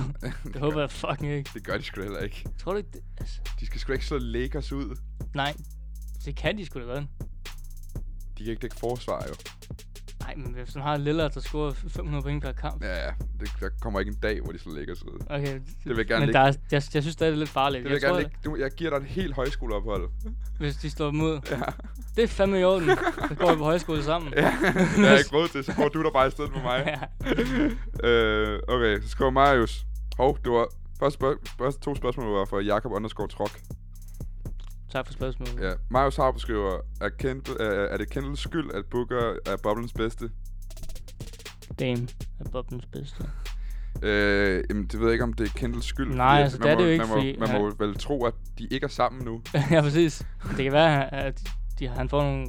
det håber jeg fucking ikke. Det gør de sgu da heller ikke. Tror du ikke det? Altså, De skal sgu da ikke slå Lakers ud. nej, det kan de sgu da godt. De kan ikke dække forsvar jo. Nej, men hvis man har Lillard, der scorer 500 point per kamp. Ja, ja. Det, der kommer ikke en dag, hvor de slår Lakers ud. Okay, vil jeg gerne men lægge- der er, jeg, jeg synes stadig, det er lidt farligt. Det vil jeg jeg, gerne tror, lægge. Du, jeg giver dig et helt højskoleophold. hvis de slår dem ud. Ja. Det er fandme i orden. Så går vi på højskole sammen. Ja. Jeg har ikke råd til, så får du der bare i stedet for mig. Ja. øh, okay, så skriver Marius. Hov, det var første, spørg- første to spørgsmål var fra Jakob underscore Trok. Tak for spørgsmålet. Ja. Ja, Marius Harp skriver, er, Kendall, er, er det Kendalls skyld, at Booker er boblens bedste? Dame er Bobbens bedste. Øh, jamen, det ved jeg ikke, om det er Kendalls skyld. Nej, fordi at man altså, det er må, det jo ikke, Man må, fordi- man ja. må vel tro, at de ikke er sammen nu. ja, præcis. Det kan være, at de, han får nogle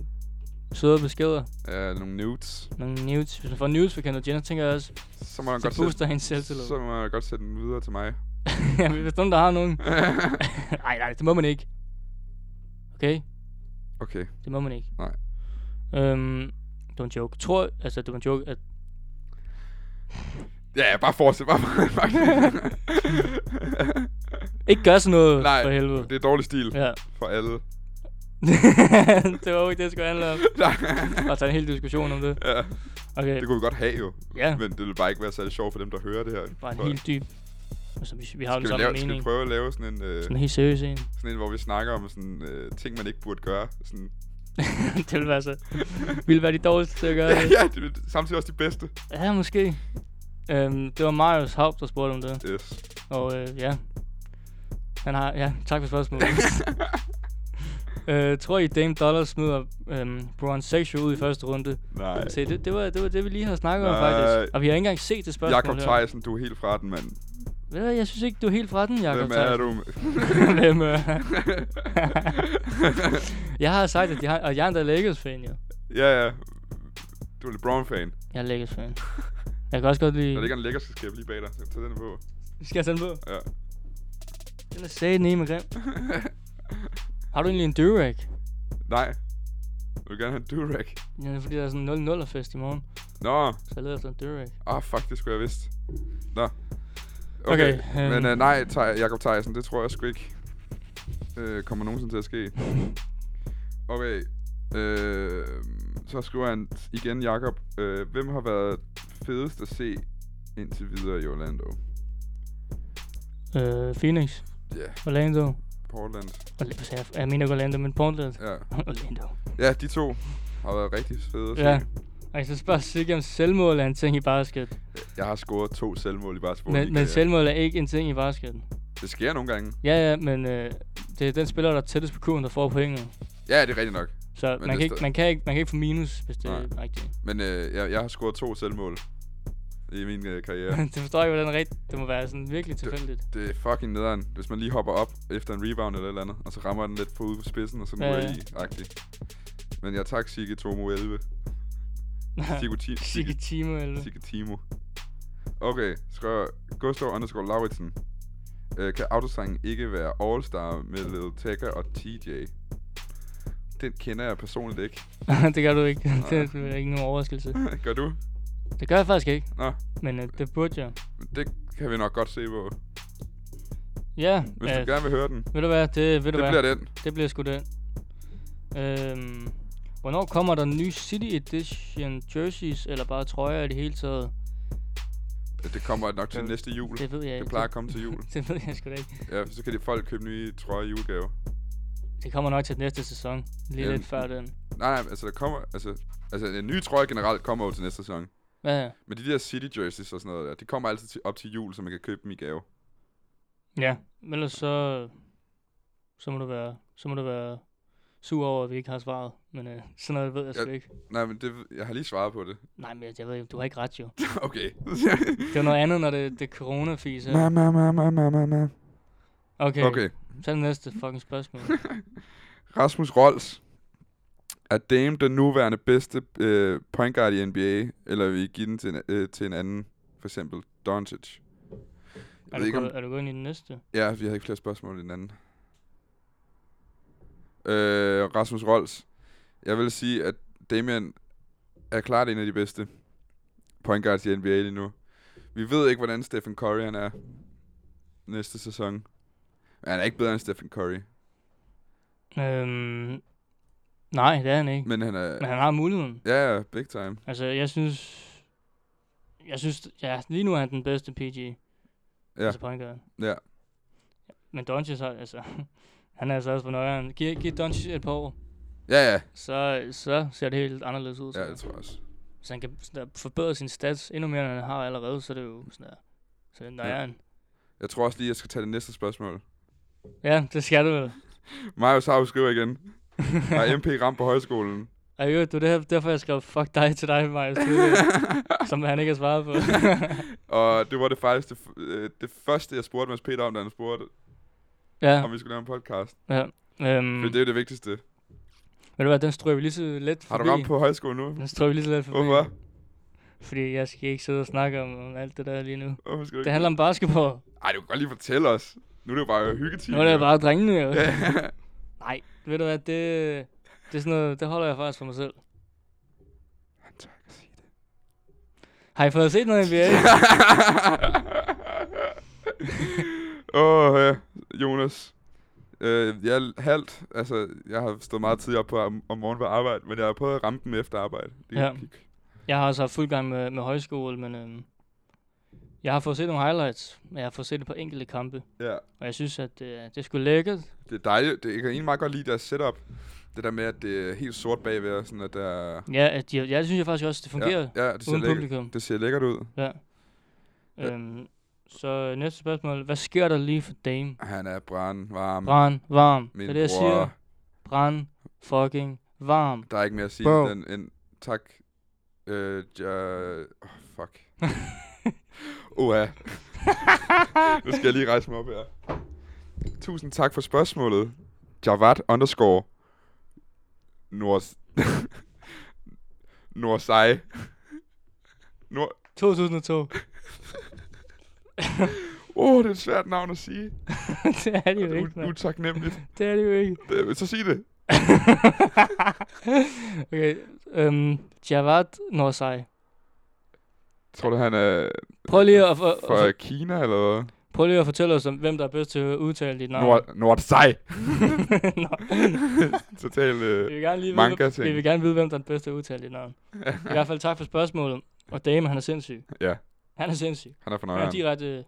søde beskeder. Øh, nogle nudes. Nogle news. Hvis man får news for Kendall Jenner, tænker jeg også, Så må man så godt sætte, booster hendes selvtillid. så må man godt sætte den videre til mig. ja, hvis der er nogen, der har nogen. nej, nej, det må man ikke. Okay? Okay. Det må man ikke. Nej. Øhm, det var en joke. Tror, altså det var en joke, at... Ja, ja, bare fortsæt. Bare, bare, Ikke gør sådan noget, Nej, for helvede. det er dårlig stil Ja. for alle. det var jo ikke det, det skulle handle om. Nej. Bare tage en hel diskussion om det. ja, Okay, det kunne vi godt have jo. Ja. Men det ville bare ikke være særlig sjovt for dem, der hører det her. bare en For- helt dyb... Altså, vi, vi har jo den Skal vi, samme lave, skal vi mening. prøve at lave sådan en, øh, Sådan en helt seriøs en. sådan en, hvor vi snakker om sådan, øh, ting, man ikke burde gøre? Sådan, det ville være så... ville være de dårligste til at gøre det. ja, det er samtidig også de bedste. Ja, måske. Øhm, det var Marius Haupt, der spurgte om det. Yes. Og øh, ja. Han har... Ja, tak for spørgsmålet. øh, tror I, Dame Dollar smider øhm, Braun Sexual ud i første runde? Nej. Se, det, det, var, det var det, vi lige har snakket om, Nej. faktisk. Og vi har ikke engang set det spørgsmål. Jakob her. Theisen, du er helt fra den, mand. Ved du hvad, jeg synes ikke, du er helt fra den, Jakob Hvem er Theisen. du? Hvem er Jeg har sagt, at, de har, og jeg er endda Lakers-fan, jo. ja, ja. Du er LeBron-fan. Jeg er Lakers-fan. Jeg kan også godt lide... Der ligger en lækker skab lige bag dig. Så tag den på. Skal jeg tage den på? Ja. Den er sat nede med grim. Har du egentlig en durag? Nej. Jeg vil gerne have en durag. Ja, det er fordi, der er sådan en 0 fest i morgen. Nå. Så jeg leder efter en durag. Ah, fuck, det skulle jeg have vidst. Nå. Okay, Men øhm. øh, nej, Thaj, Jakob Theisen, det tror jeg sgu ikke øh, kommer nogensinde til at ske. Okay. Øh, så skriver han t- igen, Jakob. Øh, hvem har været fedest at se indtil videre i Orlando? Øh, Phoenix. Ja, yeah, Orlando. Portland. Orla- hvad sagde jeg? Jeg mener ikke Orlando, men Portland. Ja. Orlando. ja, de to har været rigtig fede at se. Ja. Og så spørger Sigge om selvmål er en ting i basket. Jeg har scoret to selvmål i basketball. Men, men ligaer. selvmål er ikke en ting i basket. Det sker nogle gange. Ja, ja, men øh, det er den spiller, der er tættest på kurven, der får pointet. Ja, det er rigtigt nok. Så Men det man kan, ikke, sta- man, kan ikke, man kan ikke få minus, hvis det Nej. er rigtigt. Men øh, jeg, jeg har scoret to selvmål i min øh, karriere. det forstår jeg ikke, hvordan rigtigt. Det må være sådan virkelig tilfældigt. det er fucking nederen, hvis man lige hopper op efter en rebound eller et eller andet, og så rammer den lidt på ude på spidsen, og så nu Ja, er ja. i agtig. Men jeg tak Sigge Tomo 11. Sigge, ti- Sigge Sigge, Timo, eller? Sigge Timo. Okay, skriver Gustav underscore Lauritsen. Øh, kan autosangen ikke være All-Star med Lil Tekka og TJ? Den kender jeg personligt ikke. det gør du ikke. det er ikke nogen overraskelse. Gør du? Det gør jeg faktisk ikke, Nå, men øh, det burde jeg. men det kan vi nok godt se på. Ja, Hvis øh, du gerne vil høre den, ved du hvad? Det, ved du det hvad? bliver den. Det bliver sgu den. Øhm, hvornår kommer der nye City Edition jerseys, eller bare trøjer i det hele taget? Det kommer nok til næste jul. Det ved jeg ikke. Det plejer at komme til jul. Det ved jeg sgu da ikke. Ja, så kan de folk købe nye trøjer i julegave. Det kommer nok til næste sæson. Lige Ja, lidt men- før den. Nej, nej, altså der kommer, altså, altså en ny trøje generelt kommer jo til næste sæson. Ja, ja. Men de der city jerseys og sådan noget, der, de kommer altid til, op til jul, så man kan købe dem i gave. Ja, men ellers så, så, må du være, så må du være sur over, at vi ikke har svaret. Men øh, sådan noget ved jeg sgu Ja. ikke. Nej, men det, jeg har lige svaret på det. Nej, men jeg, jeg ved ikke, du har ikke ret jo. okay. Det er noget andet, når det, det er corona-fis. her. Mamma, mamma, mamma, mamma. Okay, Okay. så er det næste fucking spørgsmål. Rasmus Rolls. Er Dame den nuværende bedste øh, point guard i NBA, eller vil I give den til en, øh, til en anden? For eksempel Doncic. er, ved du ikke, om- gået, er du gået ind i den næste? Ja, vi har ikke flere spørgsmål end den anden. Øh, Rasmus Rolls. Jeg vil sige, at Damian er klart en af de bedste point guards i NBA lige nu. Vi ved ikke, hvordan Stephen Curry han er næste sæson. Men han er ikke bedre end Stephen Curry. Øhm, nej, det er han ikke. Men, Men han er... Men han har muligheden. Ja, ja, big time. Altså, jeg synes... Jeg synes, ja, lige nu er han den bedste PG. Ja. Ja. Altså point guard. Ja. Men Doncic har, altså... Han er altså også på nøjeren. Giv, giv Doncic et par år, Ja, ja. så, så ser det helt anderledes ud. Ja, Ja, det tror jeg også. så han kan sådan der, forbedre sin stats endnu mere, end han har allerede, så er det jo sådan der... Så er det nøjeren. Jeg tror også lige, jeg skal tage det næste spørgsmål. Ja. ja, det skal du vel. Marius Hav skriver igen. Har MP ramt på højskolen? Og i øvrigt, det er derfor, jeg skrev fuck dig til dig, Marius. Tudor, som han ikke har svaret på. Og det var det faktisk det, f- øh, det første, jeg spurgte Mads Peter om, da han spurgte, ja, om vi skulle lave en podcast. ja. Mm. Øhm, For det er jo det vigtigste. ved du hvad, den stryger vi lige så let forbi. Har du ramt på højskolen nu? Den stryger vi lige så let forbi. Hvorfor? Fordi jeg skal ikke sidde og snakke om, om alt det der lige nu. Hvorfor skal du Det ikke? handler om basketball. Ej, du kan godt lige fortælle os. Nu er det jo bare hyggetid. Nu er det bare drengene. jo. Nej, ved du hvad, det, det er sådan noget, det holder jeg faktisk for mig selv. Han tør ikke sige det. Har I fået set noget NBA? Åh, oh, ja. Jonas. Øh, jeg er halvt. Altså, jeg har stået meget tidligere op på om, om morgenen på arbejde, men jeg har prøvet at ramme dem efter arbejde. Det Ja. ja. Kig. Jeg har altså haft fuld gang med, med højskole, men øhm, jeg har fået set nogle highlights, men jeg har fået set et par enkelte kampe. ja. Og jeg synes, at øh, det er sgu lækkert. Det er dejligt. Det, jeg kan egentlig meget godt lide deres setup. Det der med, at det er helt sort bagved, og sådan at der... Ja, at de, ja, det synes jeg faktisk også, det fungerer ja, ja, ja, det ser, uden lækkert, publikum. det ser lækkert ud. Ja. Ja. Øhm, så næste spørgsmål. Hvad sker der lige for Dame? Han er brandvarm. Brand, varm. Min det er det, jeg bror. siger. Brand, fucking, varm. Der er ikke mere at sige Bro. end, end tak. Øh, ja, oh, fuck. Oha. nu skal jeg lige rejse mig op her. Tusind tak for spørgsmålet. Javad underscore Nors... Norsai. Nor... 2002. Åh, oh, det er et svært navn at sige. det er det jo ikke, U- mand. utaknemmeligt. Det er det jo ikke. Det- Så sig det. okay, øhm, Javad Norsai. Tror du, han er Prøv lige at, for, fra for, Kina, eller hvad? prøv lige at fortælle os, om, hvem der er bedst til at udtale dit navn. Nord- Nordsej. Nå. Total... Øh, Vi vil gerne lige vide, Manga-ting. hvem, vi vil gerne vide, hvem der er den bedste at udtale dit navn. I hvert fald tak for spørgsmålet. Og Dame, han er sindssyg. Ja. Han er sindssyg. han er fra Han er Nøjeren. direkte,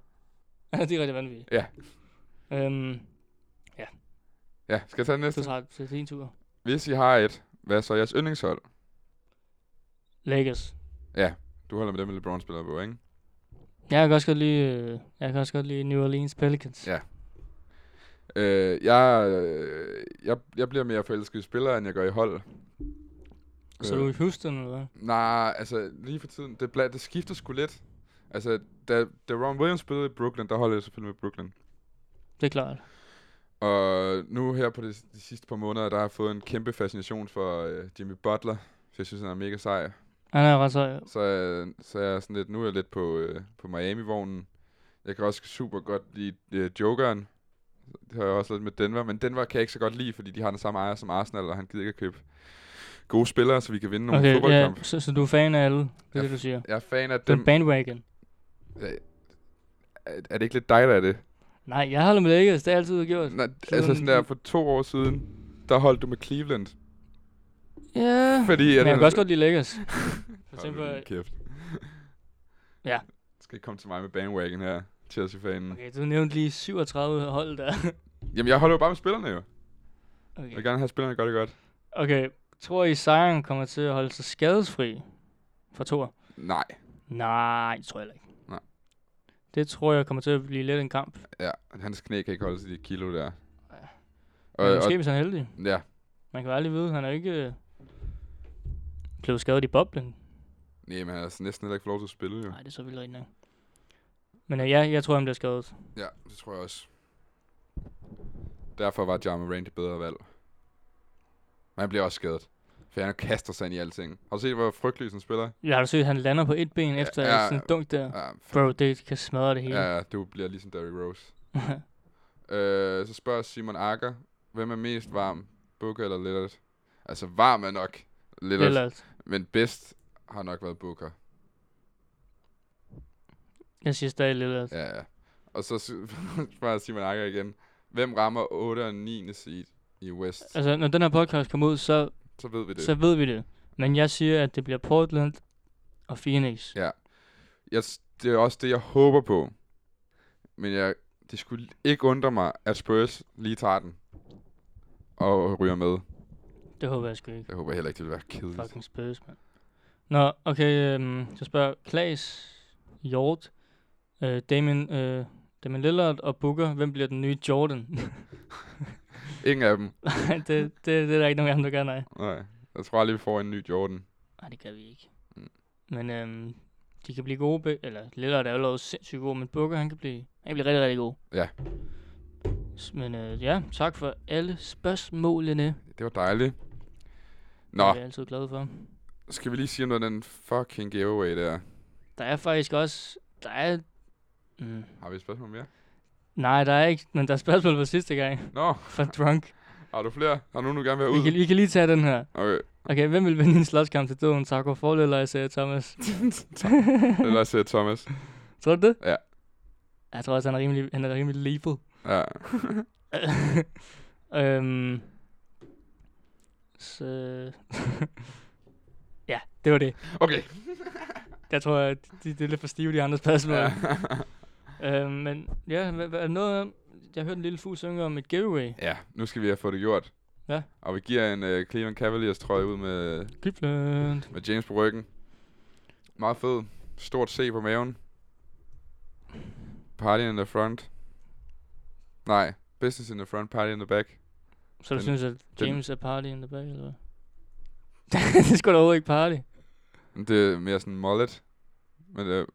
han er direkte vanvittig. Ja. Øhm, Ja, skal jeg tage den så næste? tager det til din tur. Hvis I har et, hvad er så jeres yndlingshold? Lakers. Du holder med dem, LeBron spiller på, ikke? Jeg kan også godt lide, øh, jeg kan også godt lide New Orleans Pelicans. Ja. Øh, jeg, øh, jeg, jeg bliver mere forelsket i spillere, end jeg gør i hold. Så er du i Houston, eller hvad? Nej, altså lige for tiden, det, bla, det skifter sgu lidt. Altså, da, da Ron Williams spillede i Brooklyn, der holdt jeg selvfølgelig med Brooklyn. Det er klart. Og nu her på de, de sidste par måneder, der har jeg fået en kæmpe fascination for øh, Jimmy Butler. Så jeg synes, han er mega sej. Han er ret sej. Så, øh, så er jeg sådan lidt, nu er jeg lidt på, øh, på Miami-vognen. Jeg kan også super godt lide øh, Jokeren. Det har jeg også lidt med Denver, men Denver kan jeg ikke så godt lide, fordi de har den samme ejer som Arsenal, og han gider ikke at købe gode spillere, så vi kan vinde nogle okay, Okay, ja, fodboldkampe. så, så du er fan af alle, det er Ja, det, du siger. Jeg er fan af Du er en dem. bandwagon. Er, er det ikke lidt dig, der er det? Nej, jeg holder med Lakers, det har jeg altid gjort. Nej, altså sådan der, for to år siden, der holdt du med Cleveland. Ja, Fordi, men jeg kan også godt lide Lakers. For eksempel, Kæft. Ja. Skal ikke komme til mig med bandwagon her, Chelsea-fanen. Okay. okay, du nævnte lige 37 hold der. Jamen, jeg holder jo bare med spillerne jo. Jeg vil Okay, gerne have spillerne godt det godt. okay. tror I Zion kommer til at holde sig skadesfri for Thor? Nej. Nej, det tror jeg heller ikke. Nej. Det tror jeg kommer til at blive lidt en kamp. Ja, hans knæ kan ikke holde sig de kilo der. Og, Men og, måske hvis han er heldig. ja, Man kan jo aldrig vide, han er jo ikke øh, blevet skadet i boblen. nej, men han har altså næsten heller ikke fået lov til at spille jo. Nej, det er så vildt rigtig nok. Men øh, ja, jeg tror, han bliver skadet. Ja, det tror jeg også. Derfor var Jarman Randy bedre valg. Men han bliver også skadet. For han kaster sig ind i alting. Har du set, hvor frygtelig han spiller? Jeg har du set, at han lander på et ben efter ja. ja, sådan en dunk der. Ja, Bro, det kan smadre det hele. ja du bliver ligesom Derrick Rose. Øh, så spørger Simon Akker, hvem er mest varm? Booker eller Lillard? Altså varm er nok Lillard, Lillard. Lillard. men bedst har nok været Booker. Jeg siger stadig Lillard. Ja. Ja, ja. Og så sy- bare Simon Akker igen. Hvem rammer 8. og 9. seed i West? Altså, når den her podcast kommer ud, så, Så ved vi det. så ved vi det. Men jeg siger, at det bliver Portland og Phoenix. Ja. Jeg, s- det er også det, jeg håber på. Men jeg, det skulle ikke undre mig, at Spurs lige tager den. Og ryger med. Det håber jeg sgu ikke. Jeg håber heller ikke, det vil være kedeligt. Fucking spøges, mand. Nå, okay, øhm, så spørger Klaas, Hjort, øh, Damien, øh, Damien Lillard og Booker, hvem bliver den nye Jordan? Ingen af dem. det, det, det er der ikke nogen af dem, der gør, nej. Nej. Jeg tror aldrig, vi får en ny Jordan. Nej, det gør vi ikke. Mm. Men øhm, de kan blive gode, beg- eller Lillard er jo allerede sindssygt god, men Booker, han kan blive, han kan blive rigtig, rigtig god. Ja. S- Men øh, ja, tak for alle spørgsmålene. Det var dejligt. Det Nå, er jeg altid glad for. skal vi lige sige noget om den fucking giveaway der? Der er faktisk også, der er, mm, Har vi et spørgsmål mere? nej, der er ikke, men der er spørgsmål fra sidste gang. Nå, For drunk. har du flere? Har nogen, du gerne vil Vi have kan, ud? vi kan lige tage den her. Okay, Okay, hvem vil vinde i en slåskamp til døden? Taco Fall eller Isaiah Thomas? lad os se Thomas. Tror du det? Ja. Jeg tror også, han er rimelig, han er rimelig lethal. Ja. øhm, så... ja, det var det. Okay. Jeg tror, at de, de er lidt for stive, de andre spørgsmål. Ja. Ja. Øhm, men ja, hvad, hvad, er der noget om... Jeg hørte en lille fugl synge om et giveaway. ja, nu skal vi have fået det gjort. Ja. Og vi giver en uh, Cleveland Cavaliers trøje ud med Cleveland. Med James på ryggen. Meget fed. Stort C på maven. Party in the front. Nej. Business in the front, party in the back. Så du Den- synes, at James er party in the back, eller hvad? det er sgu da overhovedet ikke party. Men Det er mere sådan mullet. Men øh,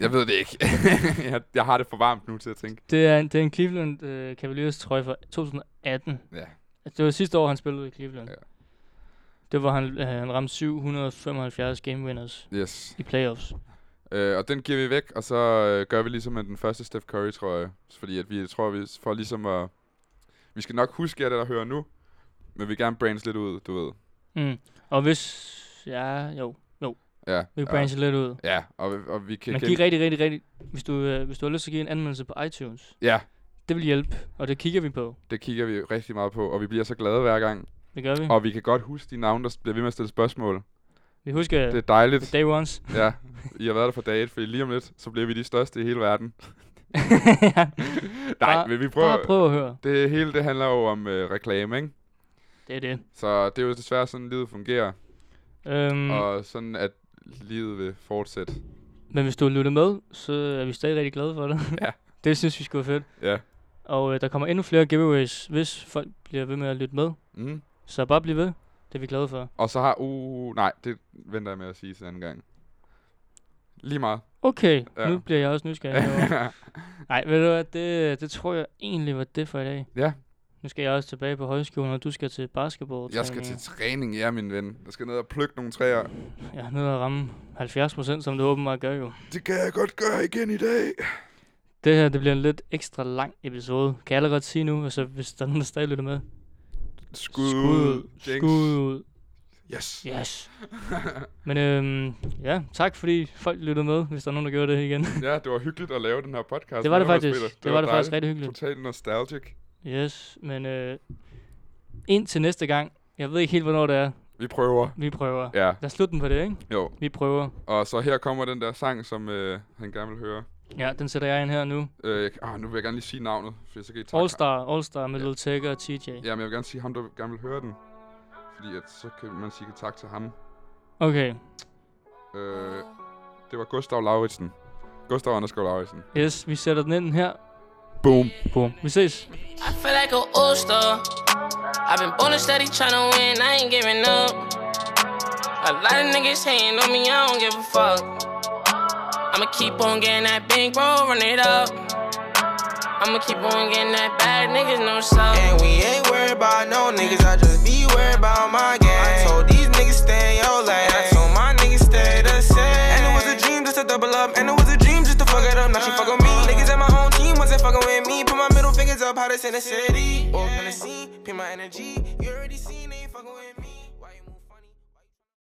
jeg ved det ikke. jeg, jeg har det for varmt nu til at tænke. Det er en, det er en Cleveland øh, Cavaliers trøje fra 2018. Ja. Altså, det var sidste år, han spillede i Cleveland. Ja. Ja. Det var, han, øh, han ramte 775 game winners Yes. i playoffs. Øh, og den giver vi væk, og så øh, gør vi ligesom med den første Steph Curry, tror jeg. Fordi at vi tror, vi får ligesom at... Vi skal nok huske jer, der hører nu. Men vi vil gerne brands lidt ud, du ved. Mm. Og hvis... Ja, jo. Ja. Vi kan ja. branche lidt ud. Ja, og, og vi kan... Men kan- giv rigtig, rigtig, rigtig... Hvis du, øh, hvis du har lyst til at give en anmeldelse på iTunes, Ja, det vil hjælpe, og det kigger vi på. det kigger vi rigtig meget på, og vi bliver så glade hver gang. Det gør vi. Og vi kan godt huske de navne, der s- bliver ved med at stille spørgsmål. Vi husker Det det, er dejligt. day ones. Ja, I har været der for dagen, for lige om lidt, så bliver vi de største i hele verden. ja. Nej, Bare- men vi prøver... Bare prøv at høre. Det hele, det handler jo om øh, reklame, ikke? Det er det. Så det er jo desværre sådan, livet fungerer. Øhm, Mm. Og sådan, at livet vil fortsætte. Men hvis du lytter med, så er vi stadig rigtig glade for det. Ja. det synes vi skulle være fedt. Ja. Og øh, der kommer endnu flere giveaways, hvis folk bliver ved med at lytte med. Mm. Så bare bliv ved. Det er vi glade for. Og så har... Uh, nej, det venter jeg med at sige til anden gang. Lige meget. Okay, Ja. ja. nu bliver jeg også nysgerrig. herovre. Nej, ved du hvad, det, det tror jeg egentlig var det for i dag. ja, Nu skal jeg også tilbage på højskolen, og du skal til basketball. jeg skal til træning, ja, min ven. Jeg skal ned og plukke nogle træer. Ja, ned og ramme 70 procent, som du åbenbart gør jo. Det kan jeg godt gøre igen i dag. Det her, det bliver en lidt ekstra lang episode. Kan jeg allerede godt sige nu, og så hvis der er nogen, der stadig lytter med. Skud. ud. Jinx. Skud ud. Yes. Yes. Men øhm, ja, tak fordi folk lyttede med, hvis der er nogen, der gjorde det igen. Ja, det var hyggeligt at lave den her podcast. Det var det med dig, faktisk. Peter. Det var det faktisk dejligt. rigtig hyggeligt. Totalt nostalgic. Yes, men øh, indtil næste gang. Jeg ved ikke helt, hvornår det er. Vi prøver. Vi prøver. Ja, Lad os slutte den på det, ikke? jo. Vi prøver. Og så her kommer den der sang, som øh, han gerne vil høre. Ja, den sætter jeg ind her nu. Øh, jeg, ah, nu vil jeg gerne lige sige navnet, for så kan I takke All Star, All Star med Lil Tecca og TJ. Ja, men jeg vil gerne sige ham, der gerne vil høre den. Fordi at, så kan man sige tak til ham. Okay. Øh, det var Gustav Lauritsen. Gustav Andersgaard Lauritsen. Yes, vi sætter den ind her. Boom. Boom. Vi ses. I feel like an all-star. I've been born and steady trying to win, I ain't giving up. A lot of niggas hating on me, I don't give a fuck. I'ma keep on getting that bankroll, run it up. I'ma keep on getting that bad, niggas no suck. And we ain't worried about no niggas, I just be worried about my game. I told these niggas stay in your lane, I told my niggas stay the same. And it was a dream just to double up, and it was a dream just to fuck it up. Now she fuck with me. Niggas at my own team wasn't fucking with me. Put my middle fingers up, hottest in the city. Woke on the scene, pin my energy. You already seen, they ain't fucking with me.